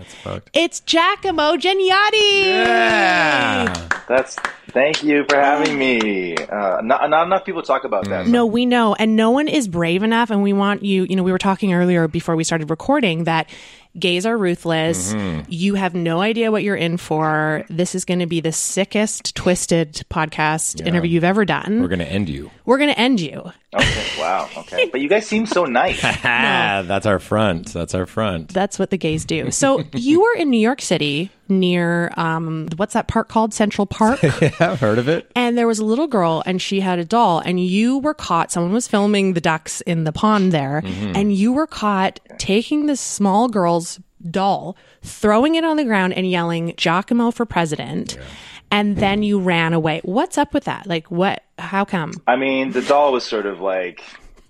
It's Giacomo Geniati.
Ah.
That's thank you for having me. Uh, not, not enough people talk about that.
No, we know. And no one is brave enough. And we want you, you know, we were talking earlier before we started recording that gays are ruthless. You have no idea what you're in for. This is going to be the sickest, twisted podcast interview you've ever done.
We're going to end you.
We're going to end you.
Okay, wow. Okay, but you guys seem so nice.
Ah, that's our front. That's our front.
That's what the gays do. So you were in New York City near, um, what's that park called? Central Park.
I've heard of it.
and there was a little girl and she had a doll and you were caught someone was filming the ducks in the pond there and you were caught taking this small girl's doll throwing it on the ground and yelling giacomo for president and then you ran away what's up with that like what how come
I mean, the doll was sort of like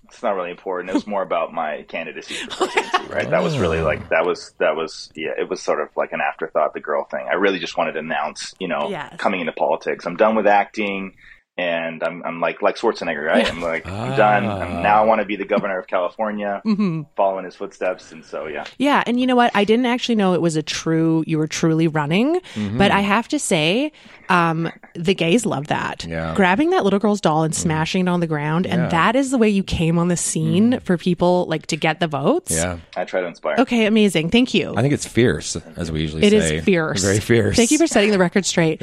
it's not really important. It was more about my candidacy for presidency, right? That was really like that was that was yeah. It was sort of like an afterthought, the girl thing. I really just wanted to announce, you know,
Yes.
coming into politics. I'm done with acting. and I'm, I'm like like Schwarzenegger, right? I'm like I'm done.
Ah.
I'm, now I want to be the governor of California,
Mm-hmm.
follow in his footsteps, and so yeah.
Yeah, and you know what? I didn't actually know it was a true. You were truly running,
Mm-hmm.
but I have to say, um, the gays love that.
Yeah. Mm.
grabbing that little girl's doll and smashing it on the ground, and that is the way you came on the scene for people like to get the votes.
Mm. Yeah.
I try to inspire.
Okay, amazing. Thank you.
I think it's fierce, as we usually
It is
say.
fierce.
Very fierce.
Thank you for setting the record straight.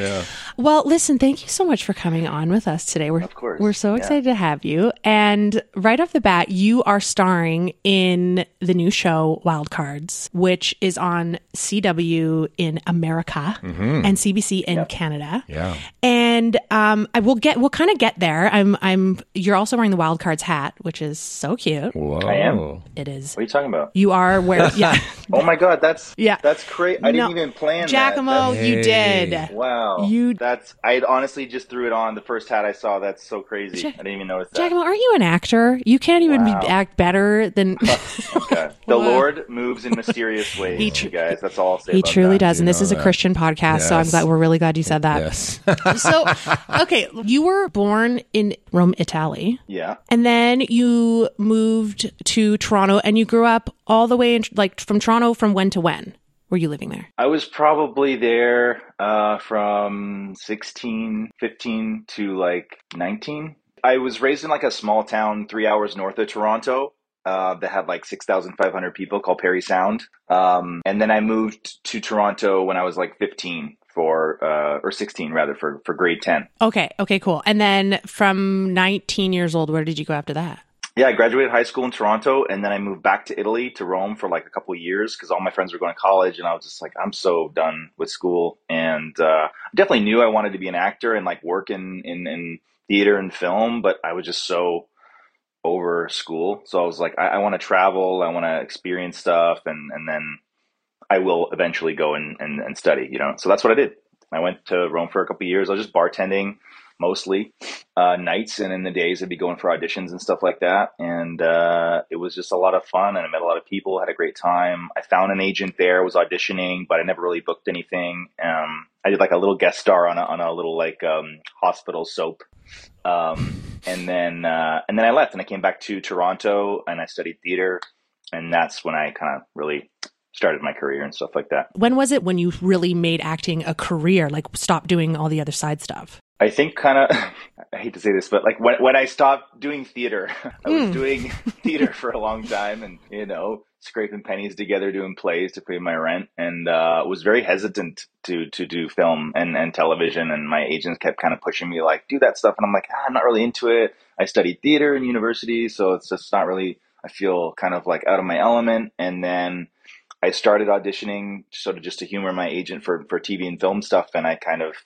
Well, listen, thank you so much for coming on with us today. We're, of
course.
We're so excited to have you. And right off the bat, you are starring in the new show Wild Cards, which is on CW in America
Mm-hmm.
and CBC in Canada.
Yeah.
And um, I will get we'll kind of get there. I'm I'm you're also wearing the Wild Cards hat, which is so cute.
Whoa.
I am.
It is.
What are you talking about?
You are wearing yeah.
Oh my god, that's
Yeah.
that's crazy. I
No.
didn't even plan
Giacomo,
that.
you did.
That's- Wow,
You-
that's I honestly just threw it on the first hat I saw. That's so crazy. I didn't even notice that.
Giacomo, aren't you an actor? You can't even be, act better than
Okay. The Lord moves in mysterious ways,
He tr-
you guys. That's all I'll say.
he
about
truly
that.
does. And this is a Christian podcast, so I'm
Yes.
glad we're really glad you said that.
Yes.
so, okay, you were born in Rome, Italy,
Yeah.
and then you moved to Toronto, and you grew up all the way in like from Toronto. From when to when were you living there?
I was probably there uh, from 16, 15 to like 19. I was raised in like a small town three hours north of Toronto uh, that had like 6,500 people called Perry Sound. Um, and then I moved to Toronto when I was like 15 for, uh, or 16 rather, for, for grade 10.
Okay, okay, cool. And then from 19 years old, where did you go after that?
Yeah, I graduated high school in Toronto, and then I moved back to Italy to Rome for like a couple of years because all my friends were going to college, and I was just like, I'm so done with school. And uh, I definitely knew I wanted to be an actor and like work in, in in theater and film, but I was just so over school. So I was like, I, I want to travel, I want to experience stuff, and and then I will eventually go and, and and study, you know. So that's what I did. I went to Rome for a couple of years. I was just bartending mostly uh, nights and in the days I'd be going for auditions and stuff like that. And uh, it was just a lot of fun and I met a lot of people, had a great time. I found an agent there, was auditioning, but I never really booked anything. Um, I did like a little guest star on a, on a little like um, hospital soap. Um, and then uh, and then I left and I came back to Toronto and I studied theater and that's when I kind of really started my career and stuff like that.
When was it when you really made acting a career? Like, stop doing all the other side stuff.
I think kind of, I hate to say this, but like when, when I stopped doing theater, I was doing theater for a long time and, you know, scraping pennies together, doing plays to pay my rent and, uh, was very hesitant to, to do film and, and television. And my agents kept kind of pushing me like, do that stuff. And I'm like, ah, I'm not really into it. I studied theater in university. So it's just not really, I feel kind of like out of my element. And then, I started auditioning sort of just to humor my agent for, for TV and film stuff, and I kind of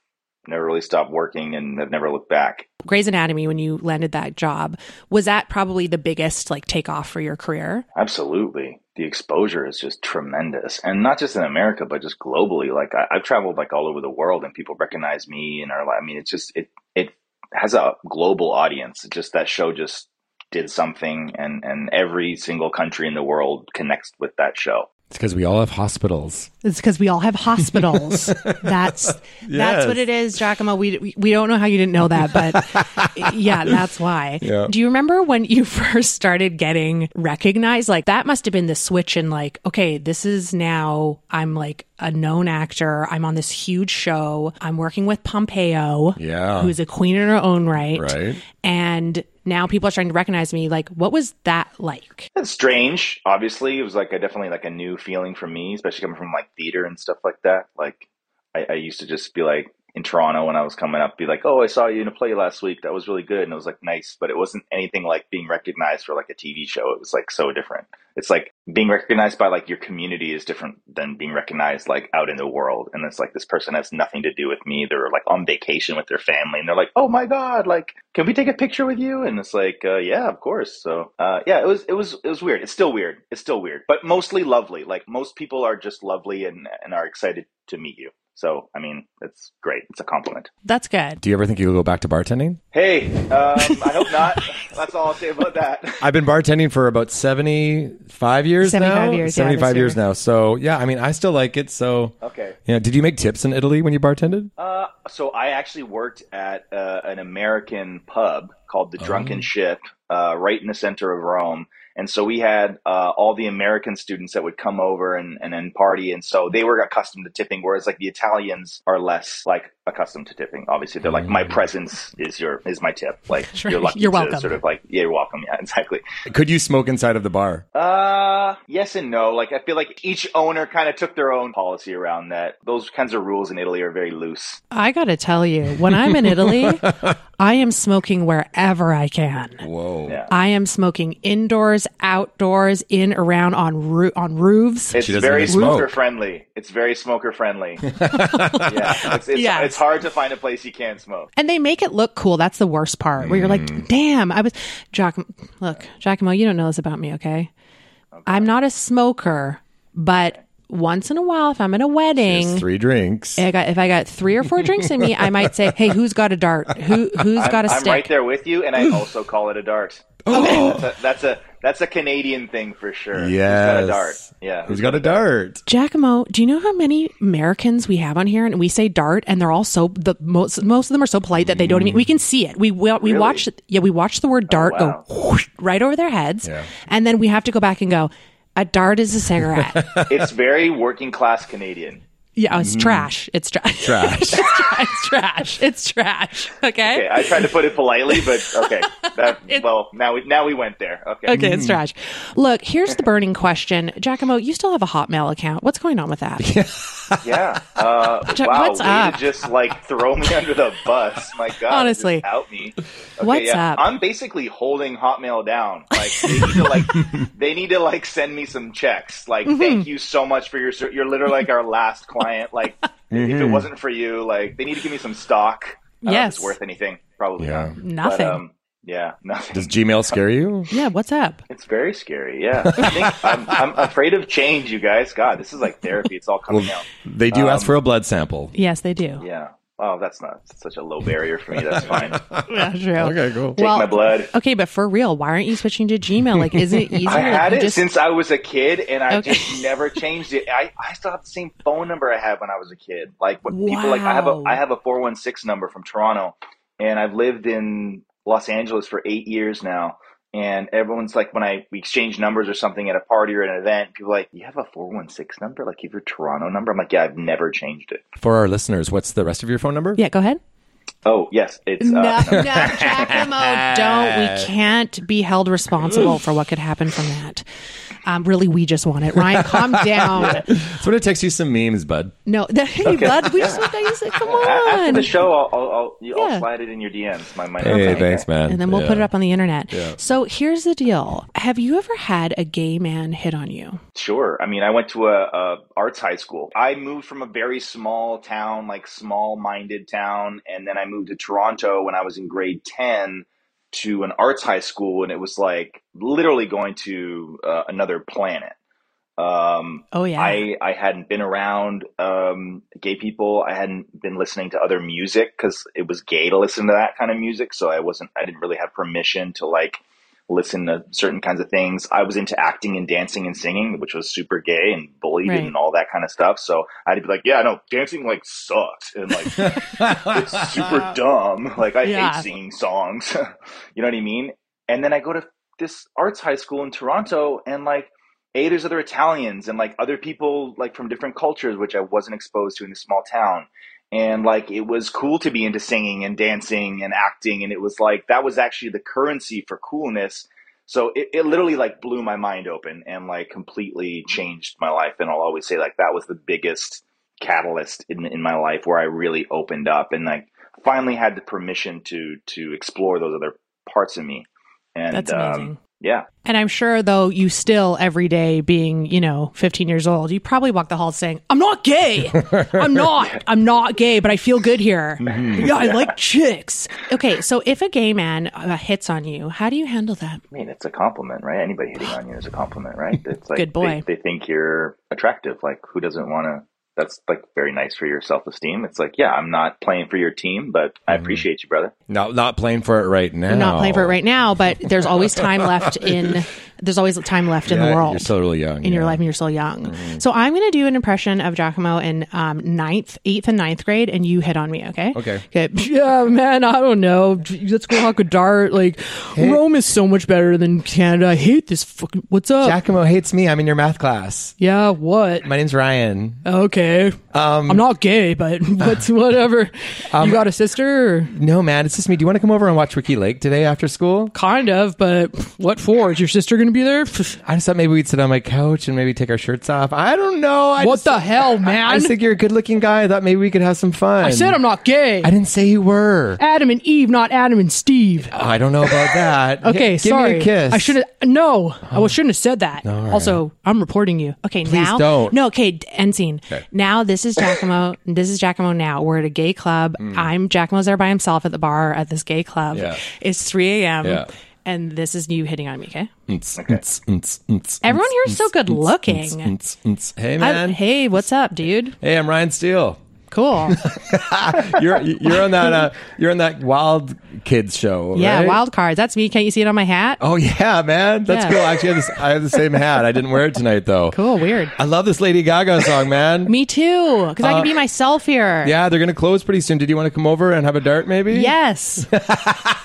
never really stopped working and have never looked back.
Grey's Anatomy when you landed that job was that probably the biggest like takeoff for your career?
Absolutely. The exposure is just tremendous. And not just in America, but just globally. Like I, I've traveled like all over the world and people recognize me and are like I mean it's just it it has a global audience. It just that show just did something and, and every single country in the world connects with that show.
It's because we all have hospitals.
It's because we all have hospitals. that's that's what it is, Giacomo. We, we we don't know how you didn't know that, but yeah, that's why. Do you remember when you first started getting recognized? Like that must have been the switch in like, okay, this is now I'm like a known actor. I'm on this huge show. I'm working with Pompeo,
Yeah.
who's a queen in her own right,
Right.
And now people are starting to recognize me. Like, what was that like?
It's strange. Obviously, it was like a definitely like a new feeling for me, especially coming from like theater and stuff like that. Like I, I used to just be like in Toronto when I was coming up, be like, "Oh, I saw you in a play last week. That was really good," and it was like nice, but it wasn't anything like being recognized for like a TV show. It was like so different. It's like being recognized by like your community is different than being recognized like out in the world. And it's like this person has nothing to do with me. They're like on vacation with their family, and they're like, "Oh my god, like can we take a picture with you?" And it's like, uh, "Yeah, of course." So uh, yeah, it was it was it was weird. It's still weird. It's still weird, but mostly lovely. Like most people are just lovely and and are excited to meet you. So, I mean, it's great. It's a compliment.
That's good.
Do you ever think you'll go back to bartending?
Hey, um, I hope not. That's all I'll say about that.
I've been bartending for about 75 years
75 years,
now.
yeah, this
75 years
year.
now. So, yeah, I mean, I still like it. So,
Okay.
yeah. Did you make tips in Italy when you bartended?
Uh, so I actually worked at uh, an American pub called the
Oh.
Drunken Ship, uh, right in the center of Rome. And so we had uh, all the American students that would come over and, and then party. And so they were accustomed to tipping, whereas like the Italians are less like accustomed to tipping. Obviously, they're like, my presence is your is my tip. Like
Sure.
you're lucky
Mm. You're
to
welcome.
sort of like yeah, you're welcome. Yeah, exactly.
Could you smoke inside of the bar?
Uh, yes and no. Like I feel like each owner kind of took their own policy around that. Those kinds of rules in Italy are very loose.
I got to tell you, when I'm in Italy, I am smoking wherever I can.
Whoa.
Yeah.
I am smoking indoors, outdoors, in, around, on roo- on roofs.
It's
She doesn't
very
really smoke.
smoker friendly. It's very smoker friendly. yeah, it's, it's,
Yes.
it's hard to find a place you can't smoke.
And they make it look cool. That's the worst part where you're like, damn, I was, Giacomo, look, Giacomo, you don't know this about me, okay? I'm not a smoker, but once in a while, if I'm at a wedding,
Just three drinks.
I got, if I got three or four drinks in me, I might say, hey, who's got a dart? Who, who's got a
I'm
stick?
right there with you, and I also call it a dart.
Oh.
that's, a, that's a that's a Canadian thing for sure.
Yes.
Who's got a dart. Yeah,
Who's got a dart?
Giacomo, do you know how many Americans we have on here? And we say dart, and they're all so the most most of them are so polite that they don't even. We can see it. We we, we watch yeah we watch the word dart
Oh, wow.
go whoosh right over their heads, and then we have to go back and go. A dart is a cigarette.
it's very working class Canadian.
yeah,
Mm-hmm.
it's trash. It's trash.
Trash.
it's trash. It's trash. It's trash. Okay.
Okay, I tried to put it politely, but okay. That, well, now we now we went there. Okay.
Okay, it's trash. Look, here's the burning question. Giacomo, you still have a Hotmail account. What's going on with that?
Yeah. Uh,
Jack,
wow.
what's
way
up?
To just like throw me under the bus. My God.
Honestly.
just out me. Okay,
What's up?
I'm basically holding Hotmail down. Like they need to like they need to like send me some checks. Like
Mm-hmm.
thank you so much for your ser- you're literally like our last client. Like if
Mm-hmm.
it wasn't for you, like they need to give me some stock. I don't know if
Yes.
it's worth anything. Probably
Yeah.
not.
Nothing.
But, um, yeah. Nothing.
Does Gmail scare you?
yeah, what's up?
it's very scary. Yeah. I think I'm, I'm afraid of change, you guys. God, this is like therapy. It's all coming out.
They do ask for a blood sample.
Yes, they do.
Yeah. Oh, that's not such a low barrier for me. That's fine. Take
Yeah, true.
Okay, cool.
Well-
my blood.
Okay, but for real, why aren't you switching to Gmail? Like, isn't it easier?
I
Like,
had
you
it
just-
since I was a kid, and I
Okay.
just never changed it. I, I still have the same phone number I had when I was a kid. Like what people like I have a
Wow.
I have a four one six number from Toronto, and I've lived in Los Angeles for eight years now. And everyone's like, when I we exchange numbers or something at a party or an event, people are like, you have a four one six number, like you have your Toronto number. I'm like, yeah, I've never changed it.
For our listeners, what's the rest of your phone number?
yeah, go ahead.
Oh yes, it's
No,
uh,
no, Giacomo, don't. We can't be held responsible for what could happen from that. Um, really, we just want it. Ryan, calm down.
Sort of text you some memes, bud.
No, hey, bud, we just want to say, come
after
on.
the show. I'll I'll, I'll, you-
Yeah.
I'll slide it in your DMs. My my
Hey, thanks, man.
And then we'll
Yeah.
put it up on the internet. So here's the deal. Have you ever had a gay man hit on you?
Sure. I mean, I went to a, a arts high school. I moved from a very small town, like small minded town, and then I moved to Toronto when I was in grade ten to an arts high school, and it was like literally going to uh, another planet. Um,
Oh, yeah.
I, I hadn't been around um, gay people. I hadn't been listening to other music because it was gay to listen to that kind of music. So I wasn't. I didn't really have permission to like listen to certain kinds of things. I was into acting and dancing and singing, which was super gay and bullied
Right.
and all that kind of stuff. So I had to be like, yeah, no, dancing like sucks and like it's super dumb. Like I
Yeah.
hate singing songs. you know what I mean? And then I go to this arts high school in Toronto and like a there's other Italians and like other people like from different cultures which I wasn't exposed to in a small town. And like it was cool to be into singing and dancing and acting and it was like that was actually the currency for coolness. So it, it literally like blew my mind open and like completely changed my life and I'll always say like that was the biggest catalyst in in my life where I really opened up and like finally had the permission to to explore those other parts of me. And
That's
um,
amazing.
yeah.
And I'm sure, though, you still every day being, you know, 15 years old, you probably walk the halls saying, I'm not gay. I'm not. I'm not gay, but I feel good here.
Mm-hmm.
Yeah, I like chicks. Okay. So if a gay man uh, hits on you, how do you handle that?
I mean, it's a compliment, right? Anybody hitting on you is a compliment, right? It's like
Good boy.
They, they think you're attractive. Like, who doesn't want to that's like very nice for your self esteem. It's like, yeah, I'm not playing for your team, but I appreciate you, brother.
Not not playing for it right now.
I'm not playing for it right now, but there's always time left in there's always time left in
Yeah,
the world.
You're still really young
in your
yeah. Mm-hmm.
life and you're still young. So I'm going to do an impression of Giacomo in um, ninth, eighth, and ninth grade, and you hit on me, okay?
Okay.
Yeah, man, I don't know. Let's go hawk a dart. Like, Rome is so much better than Canada. I hate this fucking. What's up?
Giacomo hates me. I'm in your math class.
yeah, what?
My name's Ryan.
Okay.
Um,
I'm not gay, but what's whatever. you got a sister? Or?
No, man, it's just me. Do you want to come over and watch Wiki Lake today after school?
Kind of, but what for? Is your sister going to be there?
I just thought maybe we'd sit on my couch and maybe take our shirts off. I don't know. I
what
just,
the hell, man?
I just think you're a good-looking guy. I thought maybe we could have some fun.
I said I'm not gay.
I didn't say you were.
Adam and Eve, not Adam and Steve.
I don't know about that.
Okay,
Give
sorry.
me a kiss. Oh.
I should have. No, I well, shouldn't have said that. Also, I'm reporting you. Okay, now
don't.
No, okay, d- end scene. Now this is Giacomo. this is Giacomo. Now we're at a gay club. I'm Giacomo's there by himself at the bar at this gay club.
Hmm. Yeah.
It's 3 a.m.
Yeah.
And this is you hitting on me. Okay,
Everyone
everyone here is so good looking.
Hey,
I-
man.
hey, what's up, dude?
Hey, I'm Ryan Steele.
Cool.
You're you're on that uh, you're on that wild kids show.
Yeah,
right?
wild cards. That's me. Can't you see it on my hat?
Oh yeah, man, that's
Yeah.
cool. I Actually, have this, I have the same hat. I didn't wear it tonight though.
Cool. Weird.
I love this Lady Gaga song, man.
Me too. Because I can be myself here.
uh, yeah, they're gonna close pretty soon. Did you want to come over and have a dart, maybe?
Yes. because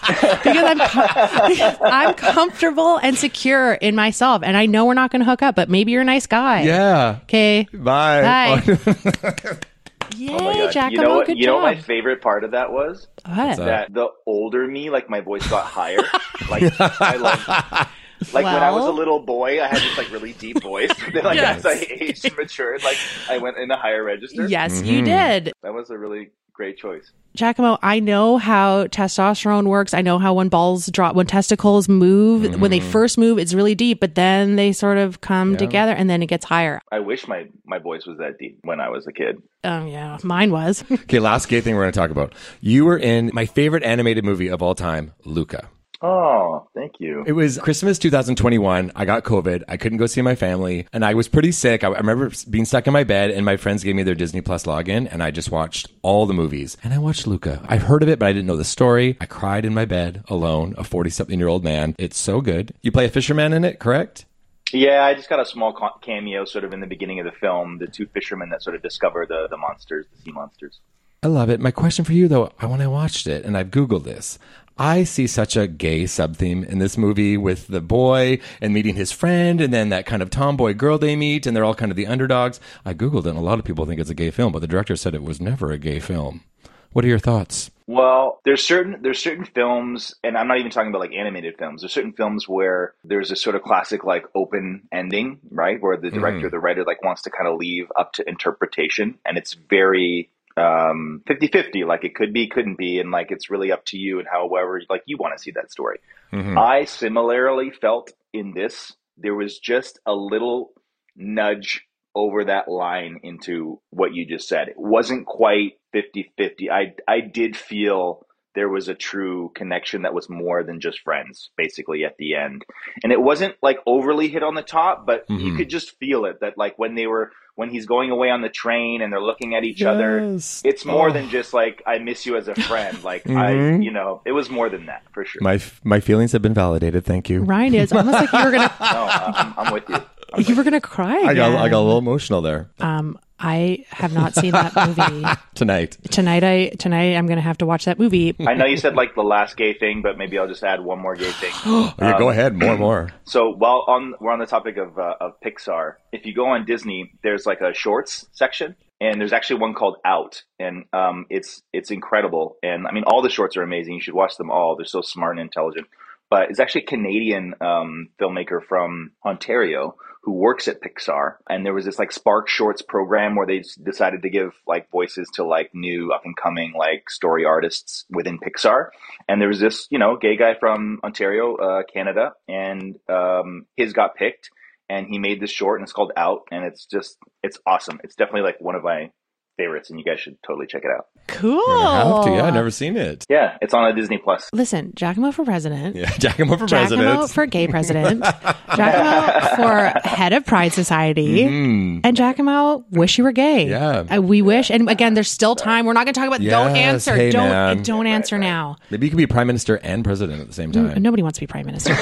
I'm, com- I'm comfortable and secure in myself. And I know we're not going to hook up, but maybe you're a nice guy.
Yeah.
Okay.
Bye.
Bye.
Oh,
Yay,
Oh God,
Giacomo.
uh, you know what?
Good
You know
job.
what my favorite part of that was
What?
that the older me, like my voice got higher. like I like. Like when I was a
Well.
little boy, I had this like really deep voice. But then, like
Yes.
as I aged and matured, like I went in a higher register.
Yes,
Mm-hmm.
you did.
that was a really great choice.
Giacomo, I know how testosterone works. I know how when balls drop, when testicles move, when
Mm-hmm.
they first move, it's really deep, but then they sort of come together and then it gets higher.
I wish my my voice was that deep when I was a kid.
Um, yeah, mine was.
okay, last gay thing we're gonna talk about. You were in my favorite animated movie of all time, Luca.
Oh, thank you.
It was Christmas 2021. I got COVID. I couldn't go see my family, and I was pretty sick. I, I remember being stuck in my bed, and my friends gave me their Disney Plus login, and I just watched all the movies. And I watched Luca. I've heard of it, but I didn't know the story. I cried in my bed alone, a 40 something year old man. It's so good. You play a fisherman in it, correct?
Yeah, I just got a small co- cameo sort of in the beginning of the film, the two fishermen that sort of discover the, the monsters, the sea monsters.
I love it. My question for you, though, I- when I watched it and I've Googled this, I see such a gay sub theme in this movie with the boy and meeting his friend and then that kind of tomboy girl they meet and they're all kind of the underdogs. I Googled it and a lot of people think it's a gay film, but the director said it was never a gay film. What are your thoughts?
Well, there's certain there's certain films, and I'm not even talking about like animated films. There's certain films where there's a sort of classic like open ending, right, where the director, the writer, like wants to kind of leave up to interpretation, and it's very um 50-50 like it could be couldn't be and like it's really up to you and however like you want to see that story
Mm-hmm. Hmm.
i similarly felt in this there was just a little nudge over that line into what you just said. It wasn't quite 50-50. I I did feel there was a true connection that was more than just friends basically at the end. And it wasn't like overly hit on the top, but you could just feel it that like when they were when he's going away on the train and they're looking at each other,
Yes.
it's more
Oh.
than just like I miss you as a friend. Like I, you know, it was more than that for sure.
My, f- my feelings have been validated. Thank you.
Ryan, it's almost like you were going to,
no, I'm, I'm with you.
you were going to cry.
I got, I
again.
got a little emotional there
Um, I have not seen that movie.
tonight.
tonight I tonight I'm gonna have to watch that movie.
I know you said like the last gay thing, but maybe I'll just add one more gay thing.
Okay,
Um,
go ahead. More, more.
So while on we're on the topic of uh, of Pixar, if you go on Disney, there's like a shorts section, and there's actually one called Out, and um, it's it's incredible. And I mean, all the shorts are amazing. You should watch them all. They're so smart and intelligent. But it's actually a Canadian um, filmmaker from Ontario who works at Pixar, and there was this like Spark Shorts program where they s- decided to give like voices to like new up and coming like story artists within Pixar. And there was this you know gay guy from Ontario, uh, Canada, and um, his got picked, and he made this short, and it's called Out, and it's just it's awesome. It's definitely like one of my favorites, and you guys should totally check it out.
Cool.
You're gonna have to. Yeah, I've never seen it.
Yeah, it's on a Disney Plus.
Listen, Giacomo for president.
Yeah, Giacomo for
Giacomo
president.
for gay president. Giacomo for head of Pride Society.
Hmm.
And Giacomo, wish you were gay.
Mm-hmm. Yeah.
Uh, we wish. And again, there's still time. We're not going to talk about. don't
Yes.
answer.
Hey,
don't
man.
don't answer now.
Maybe you could be prime minister and president at the same time.
Nobody wants to be prime minister.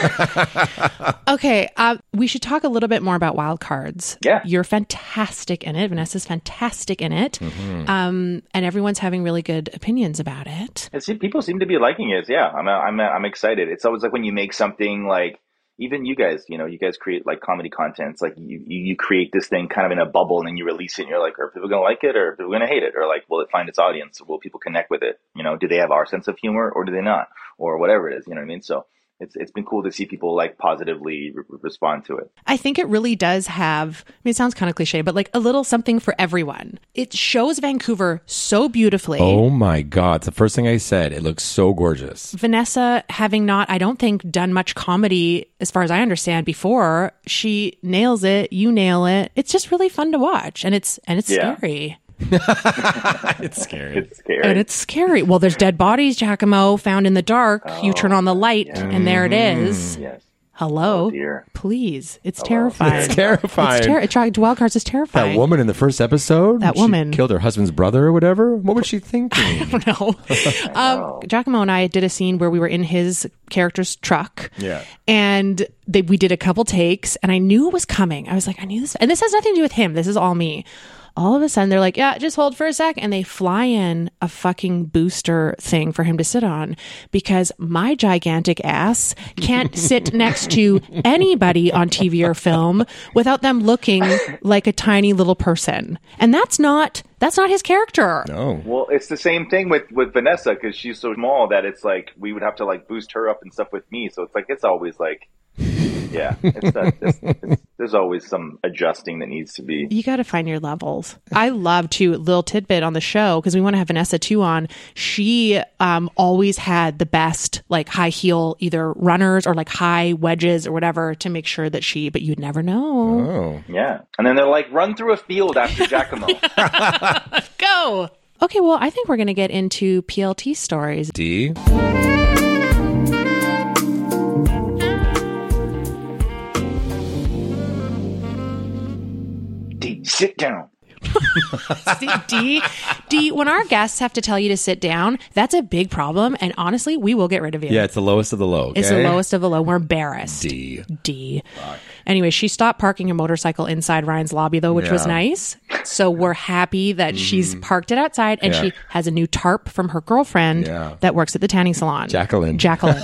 okay, uh, we should talk a little bit more about wild cards.
Yeah.
you're fantastic in it. Vanessa's fantastic in it,
Mm-hmm.
um, and everyone's having really good opinions about it.
And see, people seem to be liking it. Yeah, I'm I'm I'm excited. It's always like when you make something like even you guys, you know, you guys create like comedy content. It's like you, you you create this thing kind of in a bubble, and then you release it, and you're like, are people gonna like it, or are people gonna hate it, or like, will it find its audience? Will people connect with it? You know, do they have our sense of humor, or do they not, or whatever it is? You know what I mean? So it's it's been cool to see people like positively re- respond to it.
I think it really does have, I mean, it sounds kind of cliche, but like a little something for everyone. It shows Vancouver so beautifully.
Oh my God. It's the first thing I said. It looks so gorgeous.
Vanessa, having not, I don't think, done much comedy as far as I understand before, she nails it. You nail it. It's just really fun to watch, and it's and it's
Yeah.
scary.
It's scary.
It's scary.
And it's scary. Well, there's dead bodies, Giacomo, found in the dark. you turn on the light, and there it
Mm.
is.
Oh, yes. Oh,
Hello,
dear.
please. It's terrifying.
It's terrifying.
It's ter- Tri- Dwell cards is terrifying.
That woman in the first episode,
That
she
woman.
killed her husband's brother or whatever. What was she thinking?
no. Um, Giacomo and I did a scene where we were in his character's truck.
Yeah.
And they, we did a couple takes, and I knew it was coming. I was like, I knew this. And this has nothing to do with him. This is all me. All of a sudden, they're like, yeah, just hold for a sec. And they fly in a fucking booster thing for him to sit on because my gigantic ass can't sit next to anybody on TV or film without them looking like a tiny little person. And that's not. That's not his character.
oh.
Well, it's the same thing with with Vanessa because she's so small that it's like we would have to like boost her up and stuff with me. So it's like it's always like, yeah, it's, not, it's, it's, there's always some adjusting that needs to be.
You got to find your levels. I love to little tidbit on the show because we want to have Vanessa too on. She um, always had the best like high heel either runners or like high wedges or whatever to make sure that she. But you'd never know.
Oh.
Yeah, and then they're like run through a field after Giacomo.
Go. Okay, well, I think we're going to get into PLT stories.
D.
D, sit down.
See, D, D, when our guests have to tell you to sit down, that's a big problem. And honestly, we will get rid of you.
Yeah, it's the lowest of the low.
It's
okay?
the lowest of the low. We're embarrassed.
D.
D. Anyway, she stopped parking her motorcycle inside Ryan's lobby though, which was
Yeah. Mm-hmm.
nice. So we're happy that she's parked it outside and
Yeah.
she has a new tarp from her girlfriend
Yeah.
that works at the tanning salon.
Jacqueline.
Jacqueline.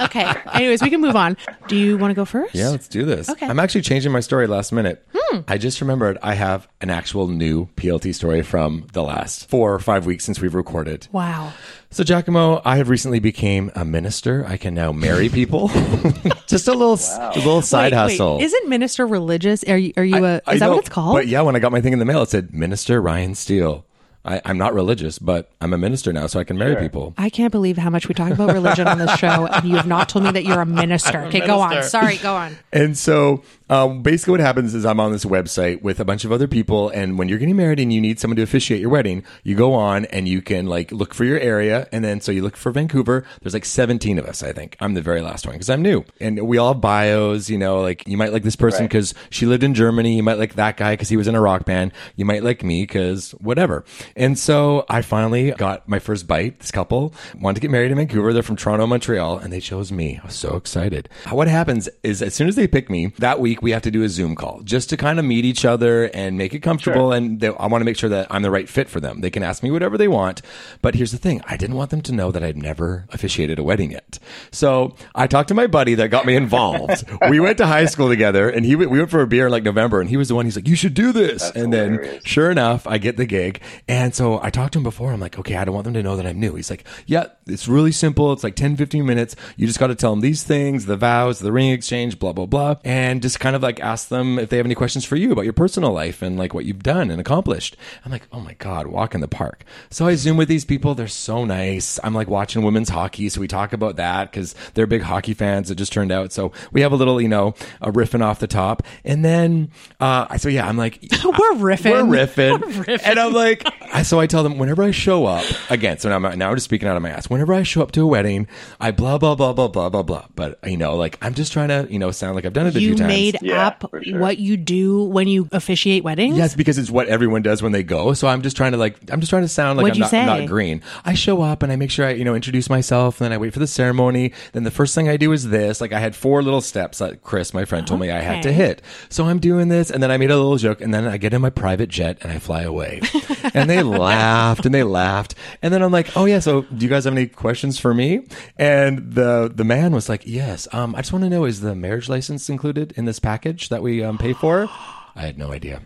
okay. Anyways, we can move on. Do you want to go first?
Yeah, let's do this.
Okay. Hmm.
I'm actually changing my story last minute. I just remembered I have an actual new PLT story from the last four or five weeks since we've recorded.
Wow.
So Giacomo, I have recently became a minister. I can now marry people. just a little, a little side
Wait, wait,
hustle.
isn't minister religious? Are you, are you a?
I
is that
know,
what it's called?
But yeah, when I got my thing in the mail, it said Minister Ryan Steele. I, I'm not religious, but I'm a minister now, so I can marry people.
I can't believe how much we talk about religion on this show, and you have not told me that you're a minister. Okay, go on. Sorry, go on.
And so um, basically, what happens is I'm on this website with a bunch of other people. And when you're getting married and you need someone to officiate your wedding, you go on and you can like look for your area. And then so you look for Vancouver. There's like 17 of us, I think. I'm the very last one because I'm new. And we all have bios, you know, like you might like this person because she lived in Germany. You might like that guy because he was in a rock band. You might like me because whatever. And so I finally got my first bite. This couple wanted to get married in Vancouver. They're from Toronto, Montreal, and they chose me. I was so excited. What happens is as soon as they pick me, that week we have to do a Zoom call just to kind of meet each other and make it comfortable. And they, I want to make sure that I'm the right fit for them. They can ask me whatever they want. But here's the thing I didn't want them to know that I'd never officiated a wedding yet. So I talked to my buddy that got me involved. we went to high school together and he, went- we went for a beer in like November and he was the one, he's like, you should do this. and then sure enough, I get the gig. And so I talked to him before. I'm like, okay, I don't want them to know that I'm new. He's like, yeah, it's really simple. It's like 10, 15 minutes. You just got to tell them these things, the vows, the ring exchange, blah, blah, blah. And just kind of like asked them if they have any questions for you about your personal life and like what you've done and accomplished. I'm like, oh my God, walk in the park. So I Zoom with these people. They're so nice. I'm like watching women's hockey. So we talk about that because they're big hockey fans. It just turned out. So we have a little, you know, a riffing off the top. And then, uh, so yeah, I'm like,
We're riffing.
we're riffing. And I'm like, I, so I tell them whenever I show up again. So now I'm now I'm just speaking out of my ass. Whenever I show up to a wedding, I blah blah blah blah blah blah blah. But you know, like I'm just trying to you know sound like I've done it a
You
few times.
made
Yeah,
up
for sure.
what you do when you officiate weddings.
Yes, because it's what everyone does when they go. So I'm just trying to like, I'm just trying to sound like
What'd
I'm
you
not,
say?
not green. I show up and I make sure I, you know, introduce myself. And then I wait for the ceremony. Then the first thing I do is this. Like I had four little steps that Chris, my friend, told me I had to
Okay.
hit. So I'm doing this, and then I made a little joke, and then I get in my private jet and I fly away. and they laughed and they laughed, and then I'm like, oh yeah, so do you guys have any questions for me? And the the man was like, yes. Um, I just want to know, is the marriage license included in this package that we um, pay for? I had no idea.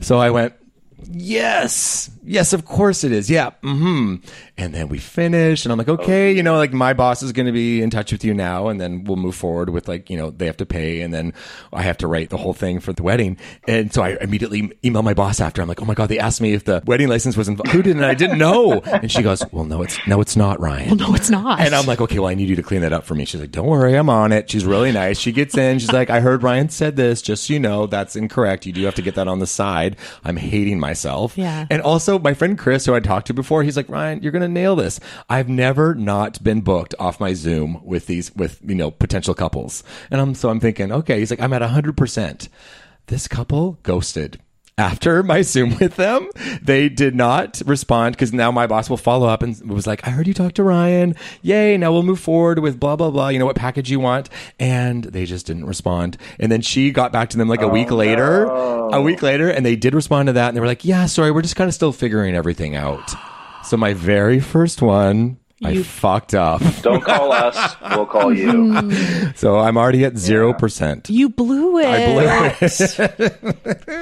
So I went, yes, yes, of course it is. Yeah. hmm And then we finish and I'm like, okay, you know, like my boss is going to be in touch with you now. And then we'll move forward with like, you know, they have to pay and then I have to write the whole thing for the wedding. And so I immediately email my boss after. I'm like, oh my God, they asked me if the wedding license was included and I didn't know. And she goes, well, no, it's, no, it's not Ryan.
Well, no, it's not.
And I'm like, okay, well, I need you to clean that up for me. She's like, don't worry, I'm on it. She's really nice. She gets in. She's like, I heard Ryan said this. Just so you know, that's incorrect. You do have to get that on the side. I'm hating myself.
Yeah.
And also, my friend Chris, who I talked to before, he's like, Ryan, you're gonna nail this. I've never not been booked off my Zoom with these with you know potential couples. And I'm so I'm thinking, okay. He's like, I'm at hundred percent. This couple ghosted. After my Zoom with them, they did not respond because now my boss will follow up and was like, I heard you talk to Ryan. Yay. Now we'll move forward with blah, blah, blah. You know what package you want. And they just didn't respond. And then she got back to them like a week
Oh,
later, a week later, and they did respond to that. And they were like, yeah, sorry, we're just kind of still figuring everything out. So my very first one, I fucked up.
Don't call us. We'll call you.
So I'm already at 0%.
you blew it.
I blew it.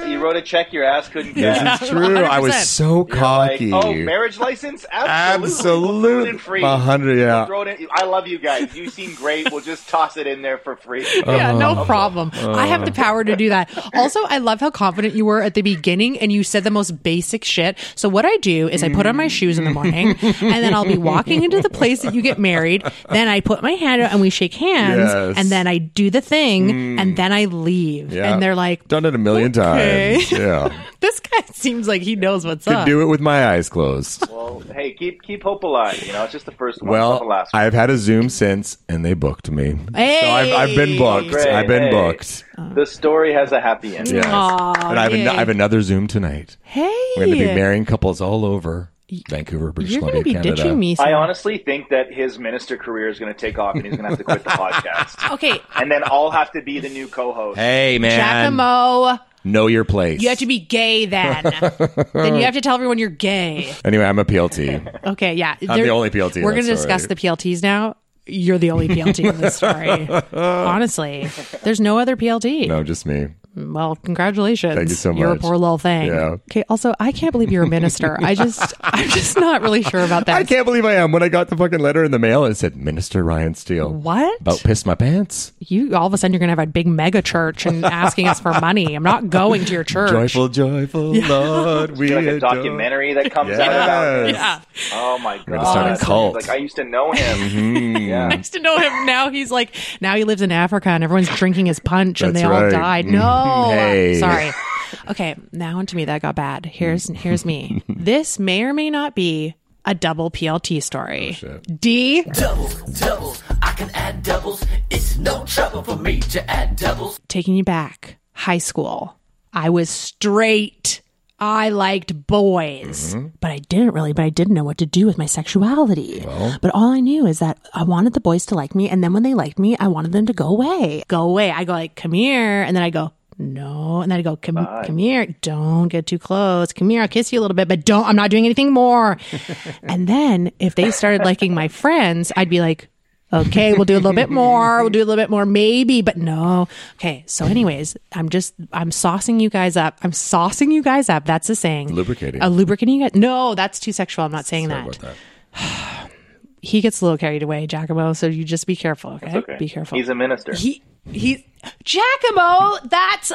you wrote a check your ass couldn't get.
This is true. I was
100%.
so
Like,
cocky.
oh, marriage license? Absolutely. We'll throw it in
Absolutely.
free.
A hundred, yeah.
We'll throw it in- I love you guys. You seem great. We'll just toss it in there for free.
Yeah, no problem. I have the
Uh.
power to do that. Also, I love how confident you were at the beginning and you said the most basic shit. So, what I do is I put on my shoes in the morning
Mm.
and then I'll be walking into the place that you get married. Then I put my hand out and we shake hands
Yes. Mm.
and then I do the thing and then I leave.
Yeah.
And they're like,
Done it a million
Okay.
times. Yeah.
this guy seems like he knows what's
Could
up.
do it with my eyes closed.
Well, hey, keep keep hope alive. You know, it's just the first one. not the
Well,
last one.
I've had a Zoom since and they booked me.
Hey.
So I've, I've been booked.
Great.
I've been
Hey.
booked.
The story has a happy end.
Yes.
Aw,
and I have, an-
Oh, yay.
I have another Zoom tonight.
Hey,
We're going to be marrying couples all over Vancouver, British
you're going
Columbia,
to be
Canada.
ditching me. soon.
I honestly think that his minister career is going to take off, and he's going to have to quit the podcast.
okay,
And then I'll have to be the new co-host.
Hey, man.
Giacomo.
Know your place.
You have to be gay then. then you have to tell everyone you're gay.
anyway, I'm a PLT.
Okay, yeah.
I'm the only PLT in
We're
that
going to discuss
story.
the PLTs now. You're the only PLT in this story. Honestly, there's no other PLT.
no, just me.
Well, congratulations.
Thank you so
You're a
much.
poor little thing.
Yeah.
Okay. Also, I can't believe you're a minister. I just, I'm just not really sure about that.
I can't believe I am. When I got the fucking letter in the mail, it said Minister Ryan Steele.
What?
About pissed my pants.
You all of a sudden you're going to have a big mega church and asking us for money. I'm not going to your church.
Joyful, joyful Lord, we
Be like a
adore-
documentary that comes out about
Yes.
it.
Yeah.
Oh my god!
gonna start a
It's
cult.
Like I used to know him.
I used to know him. Now he's like, now he lives in Africa and everyone's drinking his punch and
That's
they all
right. Mm.
died. No,
Hey.
sorry. Okay, now onto me. That got bad. Here's
Mm.
here's me. this may or may not be a double PLT
Oh,
story. D.
Double, double, I can add doubles. It's no trouble for me to add doubles.
taking you back, high school. I was straight. I liked boys, but I didn't really, but I didn't know what to do with my sexuality. but all I knew is that I wanted the boys to like me. And then when they liked me, I wanted them to go away. Go away. I go like, come here. And then I go, no. And then I go, come, come here. Don't get too close. Come here. I'll kiss you a little bit, but don't, I'm not doing anything more. and then if they started liking my friends, I'd be like, okay, we'll do a little bit more. We'll do a little bit more, maybe, but no. Okay. So, anyways, I'm just, I'm saucing you guys up. I'm saucing you guys up. That's the saying.
Lubricating.
A lubricating you guys. No, that's too sexual. I'm not saying that. he gets a little carried away, Giacomo. So you just be careful, okay?
okay.
Be careful.
He's a minister.
he he, Giacomo. That's.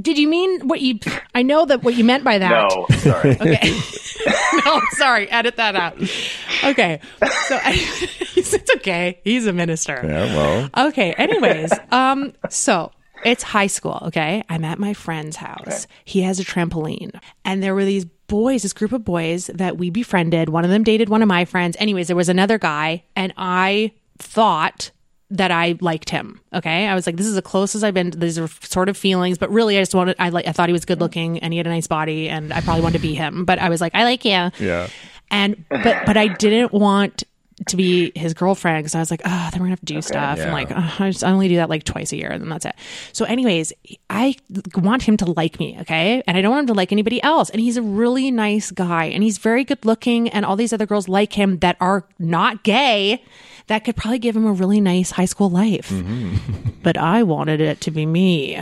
Did you mean what you? I know that what you meant by that.
no, sorry.
Okay. no, sorry. Edit that out. Okay. So it's okay. He's a minister.
Yeah, well,
Okay. Anyways, um, so it's high school. Okay, I'm at my friend's house. He has a trampoline, and there were these boys, this group of boys that we befriended. One of them dated one of my friends. Anyways, there was another guy, and I thought that I liked him. Okay, I was like, this is the closest I've been. These are sort of feelings, but really, I just wanted. I like. I thought he was good looking, and he had a nice body, and I probably wanted to be him. But I was like, I like you
yeah.
and but but I didn't want to be his girlfriend because I was like, oh, then we're gonna have to do stuff.
Yeah.
And like, oh, I, just, I only do that like twice a year, and then that's it. So, anyways, I want him to like me, okay, and I don't want him to like anybody else. And he's a really nice guy, and he's very good looking, and all these other girls like him that are not gay. That could probably give him a really nice high school life. but I wanted it to be me.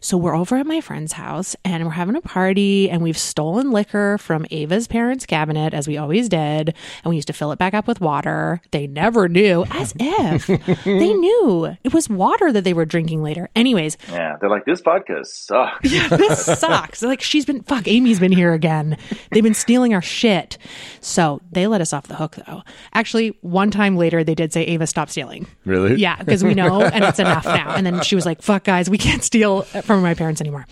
So we're over at my friend's house and we're having a party and we've stolen liquor from Ava's parents' cabinet as we always did. And we used to fill it back up with water. They never knew, as if they knew it was water that they were drinking later. Anyways,
Yeah, they're like this vodka sucks.
yeah, this sucks. Like she's been fuck. Amy's been here again. They've been stealing our shit. So they let us off the hook though. Actually, one time later they did say Ava stop stealing.
Really?
Yeah, because we know and it's enough now. And then she was like, "Fuck guys, we can't steal from my parents anymore."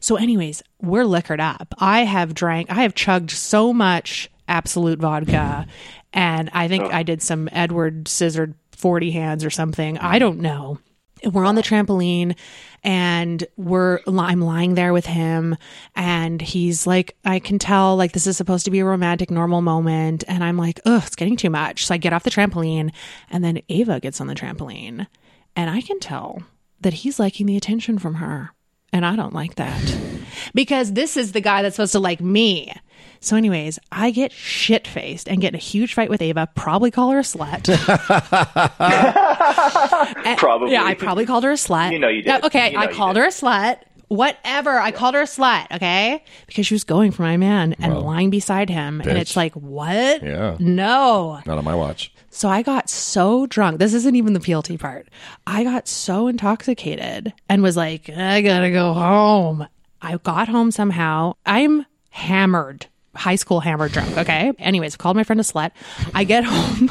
So, anyways, we're liquored up. I have drank. I have chugged so much absolute vodka, and I think I did some Edward Scissored forty hands or something. I don't know and we're on the trampoline and we're I'm lying there with him and he's like I can tell like this is supposed to be a romantic normal moment and I'm like ugh it's getting too much so I get off the trampoline and then Ava gets on the trampoline and I can tell that he's liking the attention from her and I don't like that because this is the guy that's supposed to like me so anyways I get shit faced and get in a huge fight with Ava probably call her a slut And-
Probably.
Yeah, I probably called her a slut.
You know you did.
Yeah, okay,
You know
I
you
called
did.
her a slut. Whatever. I called her a slut, okay? Because she was going for my man and lying beside him. And it's like, what?
Yeah.
No.
Not on my watch.
So I got so drunk. This isn't even the PLT part. I got so intoxicated and was like, I gotta go home. I got home somehow. I'm hammered, high school hammered drunk. Okay. Anyways, called my friend a slut. I get home.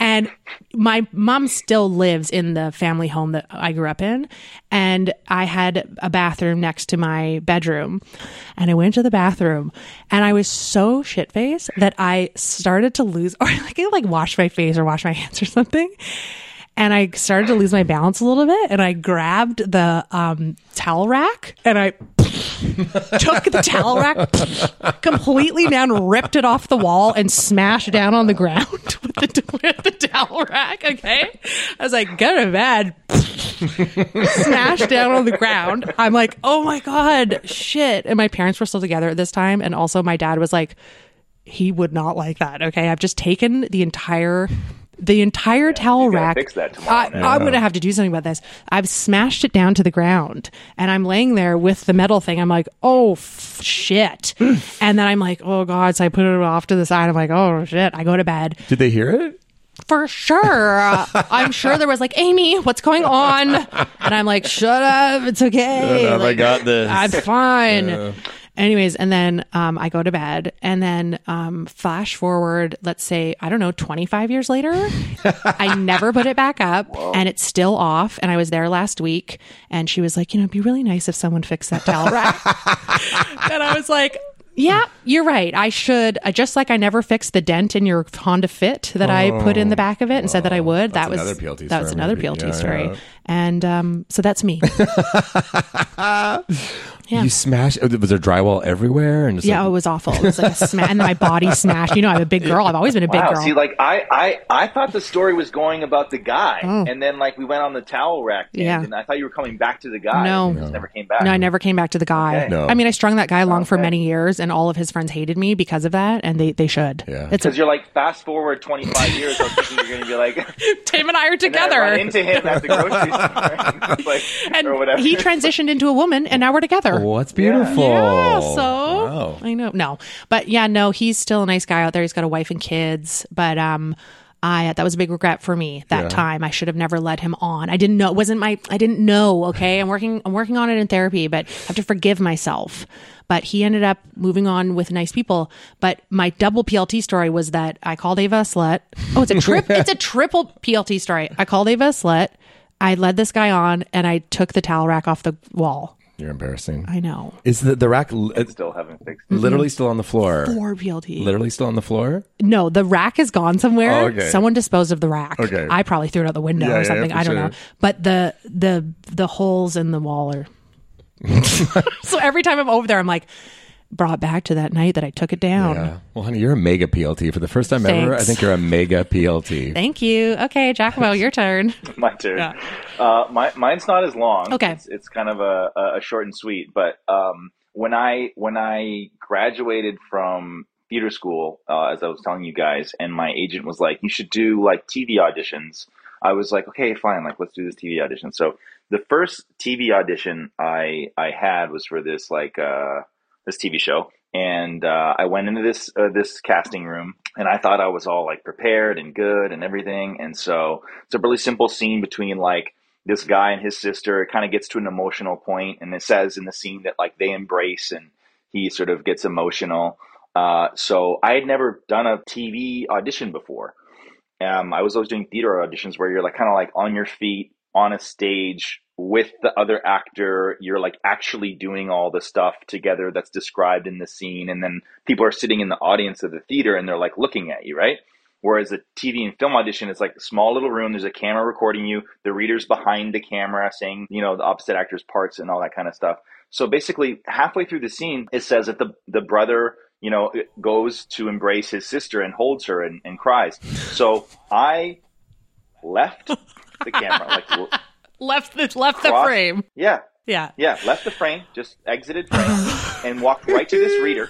And my mom still lives in the family home that I grew up in. And I had a bathroom next to my bedroom. And I went to the bathroom and I was so shit faced that I started to lose, or like, I like wash my face or wash my hands or something. And I started to lose my balance a little bit. And I grabbed the um, towel rack and I took the towel rack completely down, ripped it off the wall, and smashed down on the ground with the, with the towel rack. Okay. I was like, go to bed. smashed down on the ground. I'm like, oh my God, shit. And my parents were still together at this time. And also, my dad was like, he would not like that. Okay. I've just taken the entire. The entire towel
gotta
rack.
fix that tomorrow
I, I'm going to have to do something about this. I've smashed it down to the ground and I'm laying there with the metal thing. I'm like, oh, f- shit. and then I'm like, oh, God. So I put it off to the side. I'm like, oh, shit. I go to bed
Did they hear it?
for sure. I'm sure there was like, Amy, what's going on? And I'm like, shut up. It's okay.
Shut up, I
Like,
got this.
I'm fine.
Uh.
Anyways, and then um, I go to bed, and then um, flash forward, let's say, I don't know, 25 years later, I never put it back up, and it's still off. And I was there last week, and she was like, you know, it'd be really nice if someone fixed that towel rack. and I was like, yeah, you're right. I should. Uh, just like I never fixed the dent in your Honda Fit that I put in the back of it and said that I would. That was
Oh, another PLT
That was
story,
another
maybe.
PLT
Yeah,
story.
yeah.
And um, so that's me. Yeah.
You smashed. oh, Was there drywall everywhere? And just
yeah,
like-
it was awful. It was like a smash, and then my body smashed. You know, I'm a big girl. I've always been a big
Wow.
girl.
See, like I, I, I thought the story was going about the guy, and then like we went on the towel rack, thing,
Oh. Yeah.
and I thought you were coming back to the guy.
No.
and it just never came back.
no, I never came back to the guy.
Okay.
No.
I mean, I strung that guy along for many years, and all of his friends hated me because of that, and they, they should.
Yeah.
It's a,
Because you're like, fast forward 25 years, I'm thinking you're going to be like,
Tim and I are
and I
together.
run into him at the grocery store, like,
and
or whatever.
he transitioned into a woman, and now we're together.
Oh, that's beautiful.
Yeah, so
Oh, Wow.
I know. No. But yeah, no, he's still a nice guy out there. He's got a wife and kids. But um I that was a big regret for me that time. I should have never led him on. I didn't know. It wasn't my. I didn't know. Okay, I'm working. I'm working on it in therapy, but I have to forgive myself. But he ended up moving on with nice people. But my double PLT story was that I called Ava a slut. Oh, it's a trip. it's a triple PLT story. I called Ava a slut. I led this guy on, and I took the towel rack off the wall.
You're embarrassing.
I know.
Is the, the rack li-
Still haven't fixed it.
literally still on the floor?
Mm-hmm. Four PLT.
Literally still on the floor?
No, the rack is gone somewhere.
Oh, okay.
Someone disposed of the rack.
Okay.
I probably threw it out the window
Yeah, yeah,
or something.
for
I don't
sure.
know. But the the the holes in the wall are. so every time I'm over there, I'm like brought back to that night that I took it down.
Yeah. Well, honey, you're a mega PLT. For the first time ever, I
Thanks.
think you're a mega PLT.
Thank you. Okay, Giacomo, your turn.
my turn. Uh, my, mine's not as long.
Okay.
it's, it's kind of a, a- a short and sweet. But um, when I when I graduated from theater school, uh, as I was telling you guys, and my agent was like, "You should do like TV auditions." I was like, "Okay, fine. Like, let's do this TV audition." So the first TV audition I I had was for this like uh, this TV show. And uh, I went into this uh, this casting room, and I thought I was all like prepared and good and everything. And so it's a really simple scene between like this guy and his sister. It kind of gets to an emotional point, and it says in the scene that like they embrace, and he sort of gets emotional. Uh, so I had never done a TV audition before. Um, I was always doing theater auditions where you're like kind of like on your feet on a stage with the other actor. You're like actually doing all the stuff together that's described in the scene, and then people are sitting in the audience of the theater and they're like looking at you, right? Whereas a TV and film audition, it's like a small little room. There's a camera recording you. The reader's behind the camera saying, you know, the opposite actor's parts and all that kind of stuff. So basically, halfway through the scene, it says that the the brother, you know, goes to embrace his sister and holds her and, and cries. So I left the camera, like w-
left the left the
crossed-
frame.
Yeah,
Yeah.
yeah, left the frame, just exited frame, and walked right to this reader.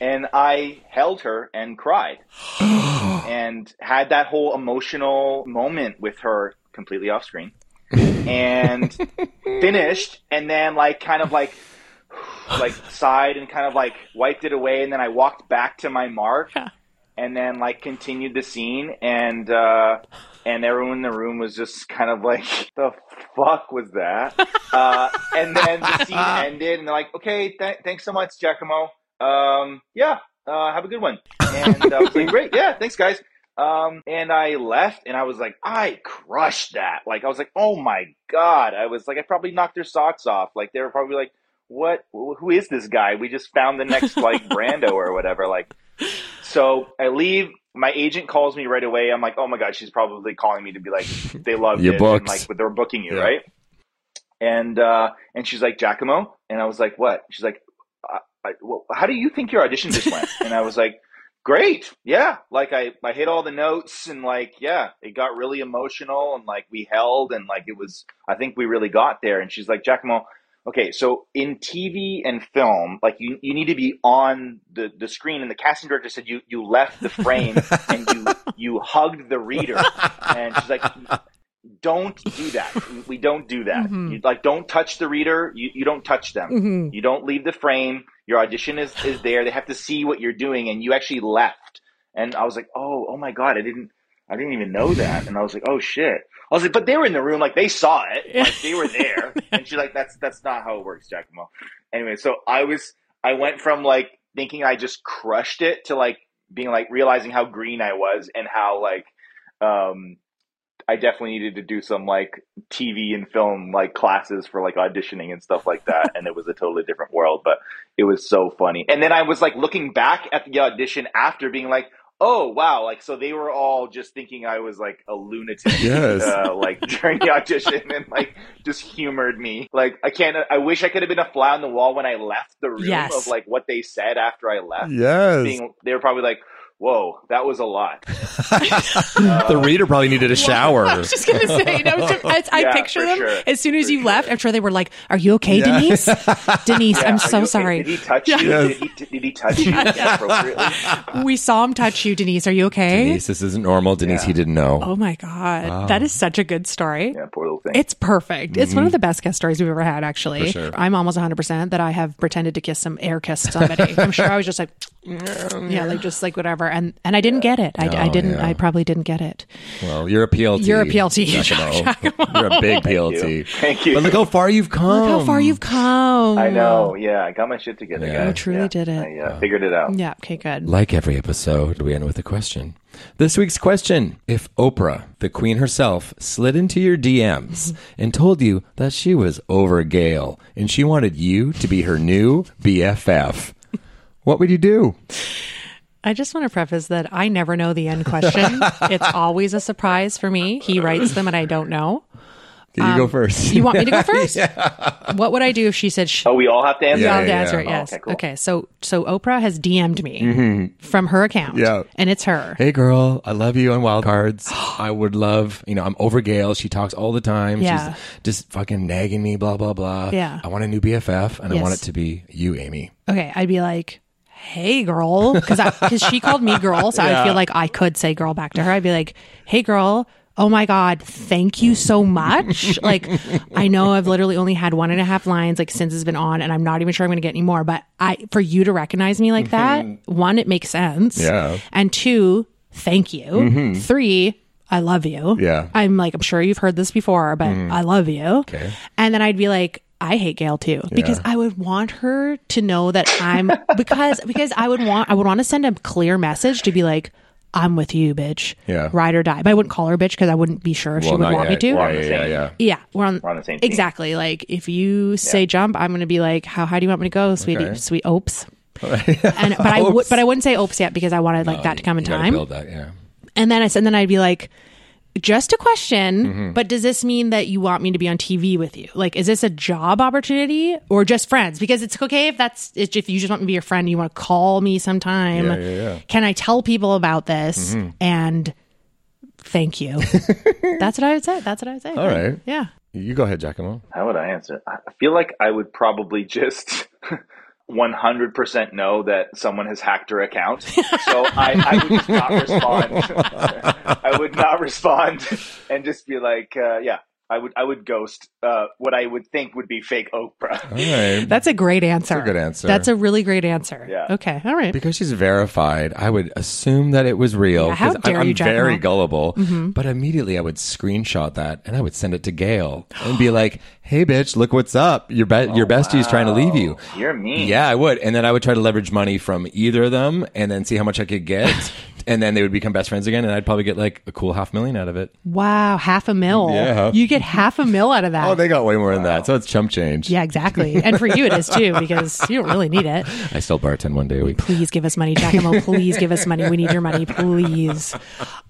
And I held her and cried, and had that whole emotional moment with her completely off screen, and finished, and then like kind of like like sighed and kind of like wiped it away, and then I walked back to my mark, and then like continued the scene, and uh, and everyone in the room was just kind of like, the fuck was that? uh, and then the scene ended, and they're like, okay, th- thanks so much, Giacomo. Um, yeah, uh, have a good one. And uh, I was like, great, yeah, thanks, guys. Um, and I left, and I was like, I crushed that. Like, I was like, oh my god, I was like, I probably knocked their socks off. Like, they were probably like, what? wh- Who is this guy? We just found the next like Brando or whatever. Like, so I leave. My agent calls me right away. I'm like, oh my god, she's probably calling me to be like, they loved
Your
it, and
books.
like they're booking you,
Yeah.
right? And uh, and she's like, Giacomo, and I was like, what? She's like, I, I, well, how do you think your audition just went? and I was like, great, yeah, like I I hit all the notes and like yeah, it got really emotional and like we held and like it was I think we really got there. And she's like, Giacomo, Okay, so in TV and film, like you, you need to be on the, the screen, and the casting director said you, you left the frame and you you hugged the reader, and she's like, "Don't do that. We don't do that. You, like, don't touch the reader. You, you don't touch them. You don't leave the frame. Your audition is is there. They have to see what you're doing, and you actually left." And I was like, "Oh, oh my god, I didn't, I didn't even know that." And I was like, "Oh shit." I was like, "But they were in the room. Like they saw it. Like they were there." and she's like, "That's that's not how it works, Giacomo." Anyway, so I was, I went from like thinking I just crushed it to like being like realizing how green I was and how like, um, I definitely needed to do some like TV and film like classes for like auditioning and stuff like that. and it was a totally different world, but it was so funny. And then I was like looking back at the audition after being like, oh wow, like so they were all just thinking I was like a lunatic,
Yes.
uh, like during the audition and like just humored me. Like I can't, I wish I could have been a fly on the wall when I left the room
Yes.
of like what they said after I left.
Yes.
Being, they were probably like, whoa, that was a lot. uh,
the reader probably needed a shower.
I was just gonna say, you know, I, I
Yeah,
picture
for
them
sure.
as soon as
For
you
sure.
left. I'm sure they were like, "Are you okay, Denise? Denise,
Yeah,
I'm
are
so
you okay?
sorry.
Did he touch you? Did, he, did he touch you appropriately?
we saw him touch you, Denise. Are you okay?
Denise, this isn't normal. Denise, he didn't know.
Oh my god, that is such a good story.
Yeah, poor little thing.
It's perfect. It's one of the best guest stories we've ever had, actually.
Mm-hmm. sure.
I'm almost 100% that I have pretended to kiss some air kiss somebody. I'm sure I was just like, "Mm, yeah, like just like whatever. And and I didn't get it. I, I
No,
didn't.
Oh, yeah.
I probably didn't get it.
Well, you're a PLT.
You're a PLT,
Giacomo. Oh, You're a big PLT.
Thank you.
But look how far you've come.
Look how far you've come.
I know. Yeah, I got my shit together,
Yeah.
guys.
You
Oh, truly
Yeah,
did it.
I uh, figured it out.
Yeah. Okay. Good.
Like every episode, we end with a question. This week's question If Oprah, the queen herself, slid into your DMs
Mm-hmm.
and told you that she was over Gail and she wanted you to be her new BFF, what would you do?
I just want to preface that I never know the end question. it's always a surprise for me. He writes them, and I don't know.
You go first.
Um, You want me to go first? What would I do if she said, sh-
Oh, we all have to answer.
Yeah,
Yeah,
I'll
yeah,
answer
yeah.
it.
Oh,
Yes.
okay,
okay,
cool.
So so Oprah has DM'd me from her account.
Mm-hmm. Yeah.
And it's her.
Hey girl, I love you on Wild Cards. I would love, you know, I'm over Gail. She talks all the time.
Yeah.
She's just fucking nagging me, blah, blah, blah.
Yeah.
I want a new BFF and I want
Yes.
it to be you, Amy.
Okay. I'd be like, hey, girl. Because because she called me girl. So I feel like I could say girl back to her. I'd be like, hey, girl. Oh my God. Thank you so much. like, I know I've literally only had one and a half lines like since it's been on, and I'm not even sure I'm going to get any more. But I, for you to recognize me like that, one, it makes sense.
Mm-hmm. Yeah.
And two, thank you. Three, I love you.
Mm-hmm. Yeah. Mm.
I'm like, I'm sure you've heard this before, but I love you. Okay. And then I'd be like, I hate Gail too because I would want her to know that I'm because because I would want I would want to send a clear message to be like I'm with you, bitch.
Yeah.
Ride or die. But I wouldn't call her bitch because I wouldn't be sure if she would
not
want me
yet.
to.
Yeah, yeah, yeah, yeah.
Yeah, we're on,
We're on the same team.
exactly. Like if you say jump, I'm going to be like, how high do you want me to go, sweetie, sweet oops. and but I would, but I wouldn't say oops yet because I wanted like that to come in
You gotta
time.
build that, yeah.
And then I said, and then I'd be like, just a question,
Mm-hmm.
but does this mean that you want me to be on TV with you? Like, is this a job opportunity or just friends? Because it's okay if that's if you just want me to be your friend, you want to call me sometime. Can I tell people about this?
Mm-hmm.
And thank you. that's what I would say. That's what I would say.
All right.
Yeah.
You go ahead, Giacomo.
How would I answer? I I feel like I would probably just 100% know that someone has hacked her account. So I, I would just not respond. I would not respond and just be like, uh, yeah, I would, I would ghost uh, what I would think would be fake Oprah.
All right.
That's a great answer. That's
a good answer.
That's a really great answer.
Yeah.
Okay. All right.
because she's verified, I would assume that it was real.
Yeah, how
'cause I-
dare
I'm
you, Mm-hmm. Giacomo.
very gullible. But immediately I would screenshot that and I would send it to Gail and be like, "Hey, bitch, look what's up. Your be- your bestie's trying to leave you."
You're mean.
Yeah, I would, and then I would try to leverage money from either of them and then see how much I could get, and then they would become best friends again, and I'd probably get like a cool half million out of it.
Wow. Half a mil.
Yeah.
You get half a mil out of that.
Oh, they got way more than that, so it's chump change.
Yeah, exactly. And for you, it is too, because you don't really need it.
I still bartend one day a week.
Please give us money, Giacomo. Please give us money. We need your money, please.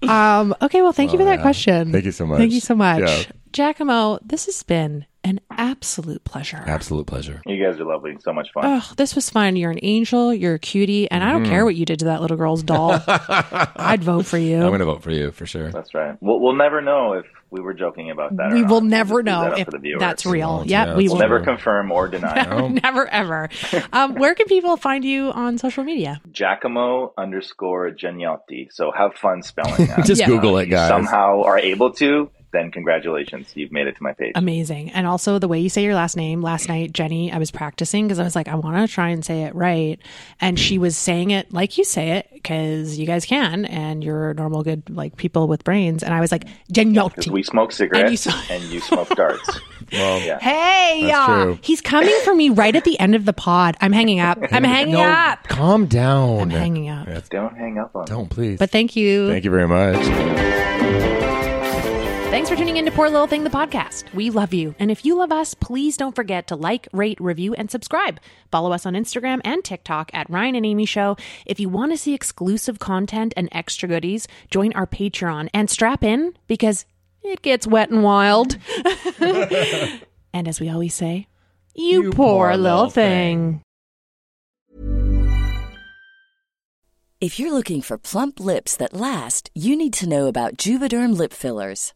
Um, okay, well, thank you for that question.
Oh, Thank you so much.
Thank you so much.
Yeah.
Giacomo, this has been an absolute pleasure.
Absolute pleasure.
You guys are lovely. So much fun.
Oh, this was fun. You're an angel. You're a cutie. And I
Mm-hmm.
don't care what you did to that little girl's doll. I'd vote for you.
I'm gonna vote for you for sure.
That's right. We'll, we'll never know if we were joking about that. or
we
not.
will
We'll
never
just leave that
know
up
if
for the viewers.
that's real.
Won't,
Yeah,
yeah,
we
it's
will.
We'll never confirm or deny.
Never, ever. Um, where can people find you on social media?
Giacomo underscore Gignotti. So have fun spelling that.
Just
Yeah.
Google it,
If you
guys.
somehow are able to, then congratulations, you've made it to my page.
Amazing. And also the way you say your last name. Last night, Jenny, I was practicing because I was like, I want to try and say it right. And she was saying it like you say it because you guys can and you're normal, good, like people with brains. And I was like,
Because
Genotti.
we smoke cigarettes and you,
you saw-
smoke darts.
Well,
hey, y'all.
true.
He's coming for me right at the end of the pod. I'm hanging up. I'm hanging
no,
up.
calm down.
I'm hanging up.
Don't hang up on me.
Don't please.
But thank you.
Thank you very much.
Thanks for tuning in to Poor Little Thing, the podcast. We love you. And if you love us, please don't forget to like, rate, review, and subscribe. Follow us on Instagram and TikTok at Ryan and Amy Show. If you want to see exclusive content and extra goodies, join our Patreon and strap in because it gets wet and wild. and as we always say, you, poor, little thing.
If you're looking for plump lips that last, you need to know about Juvederm lip fillers.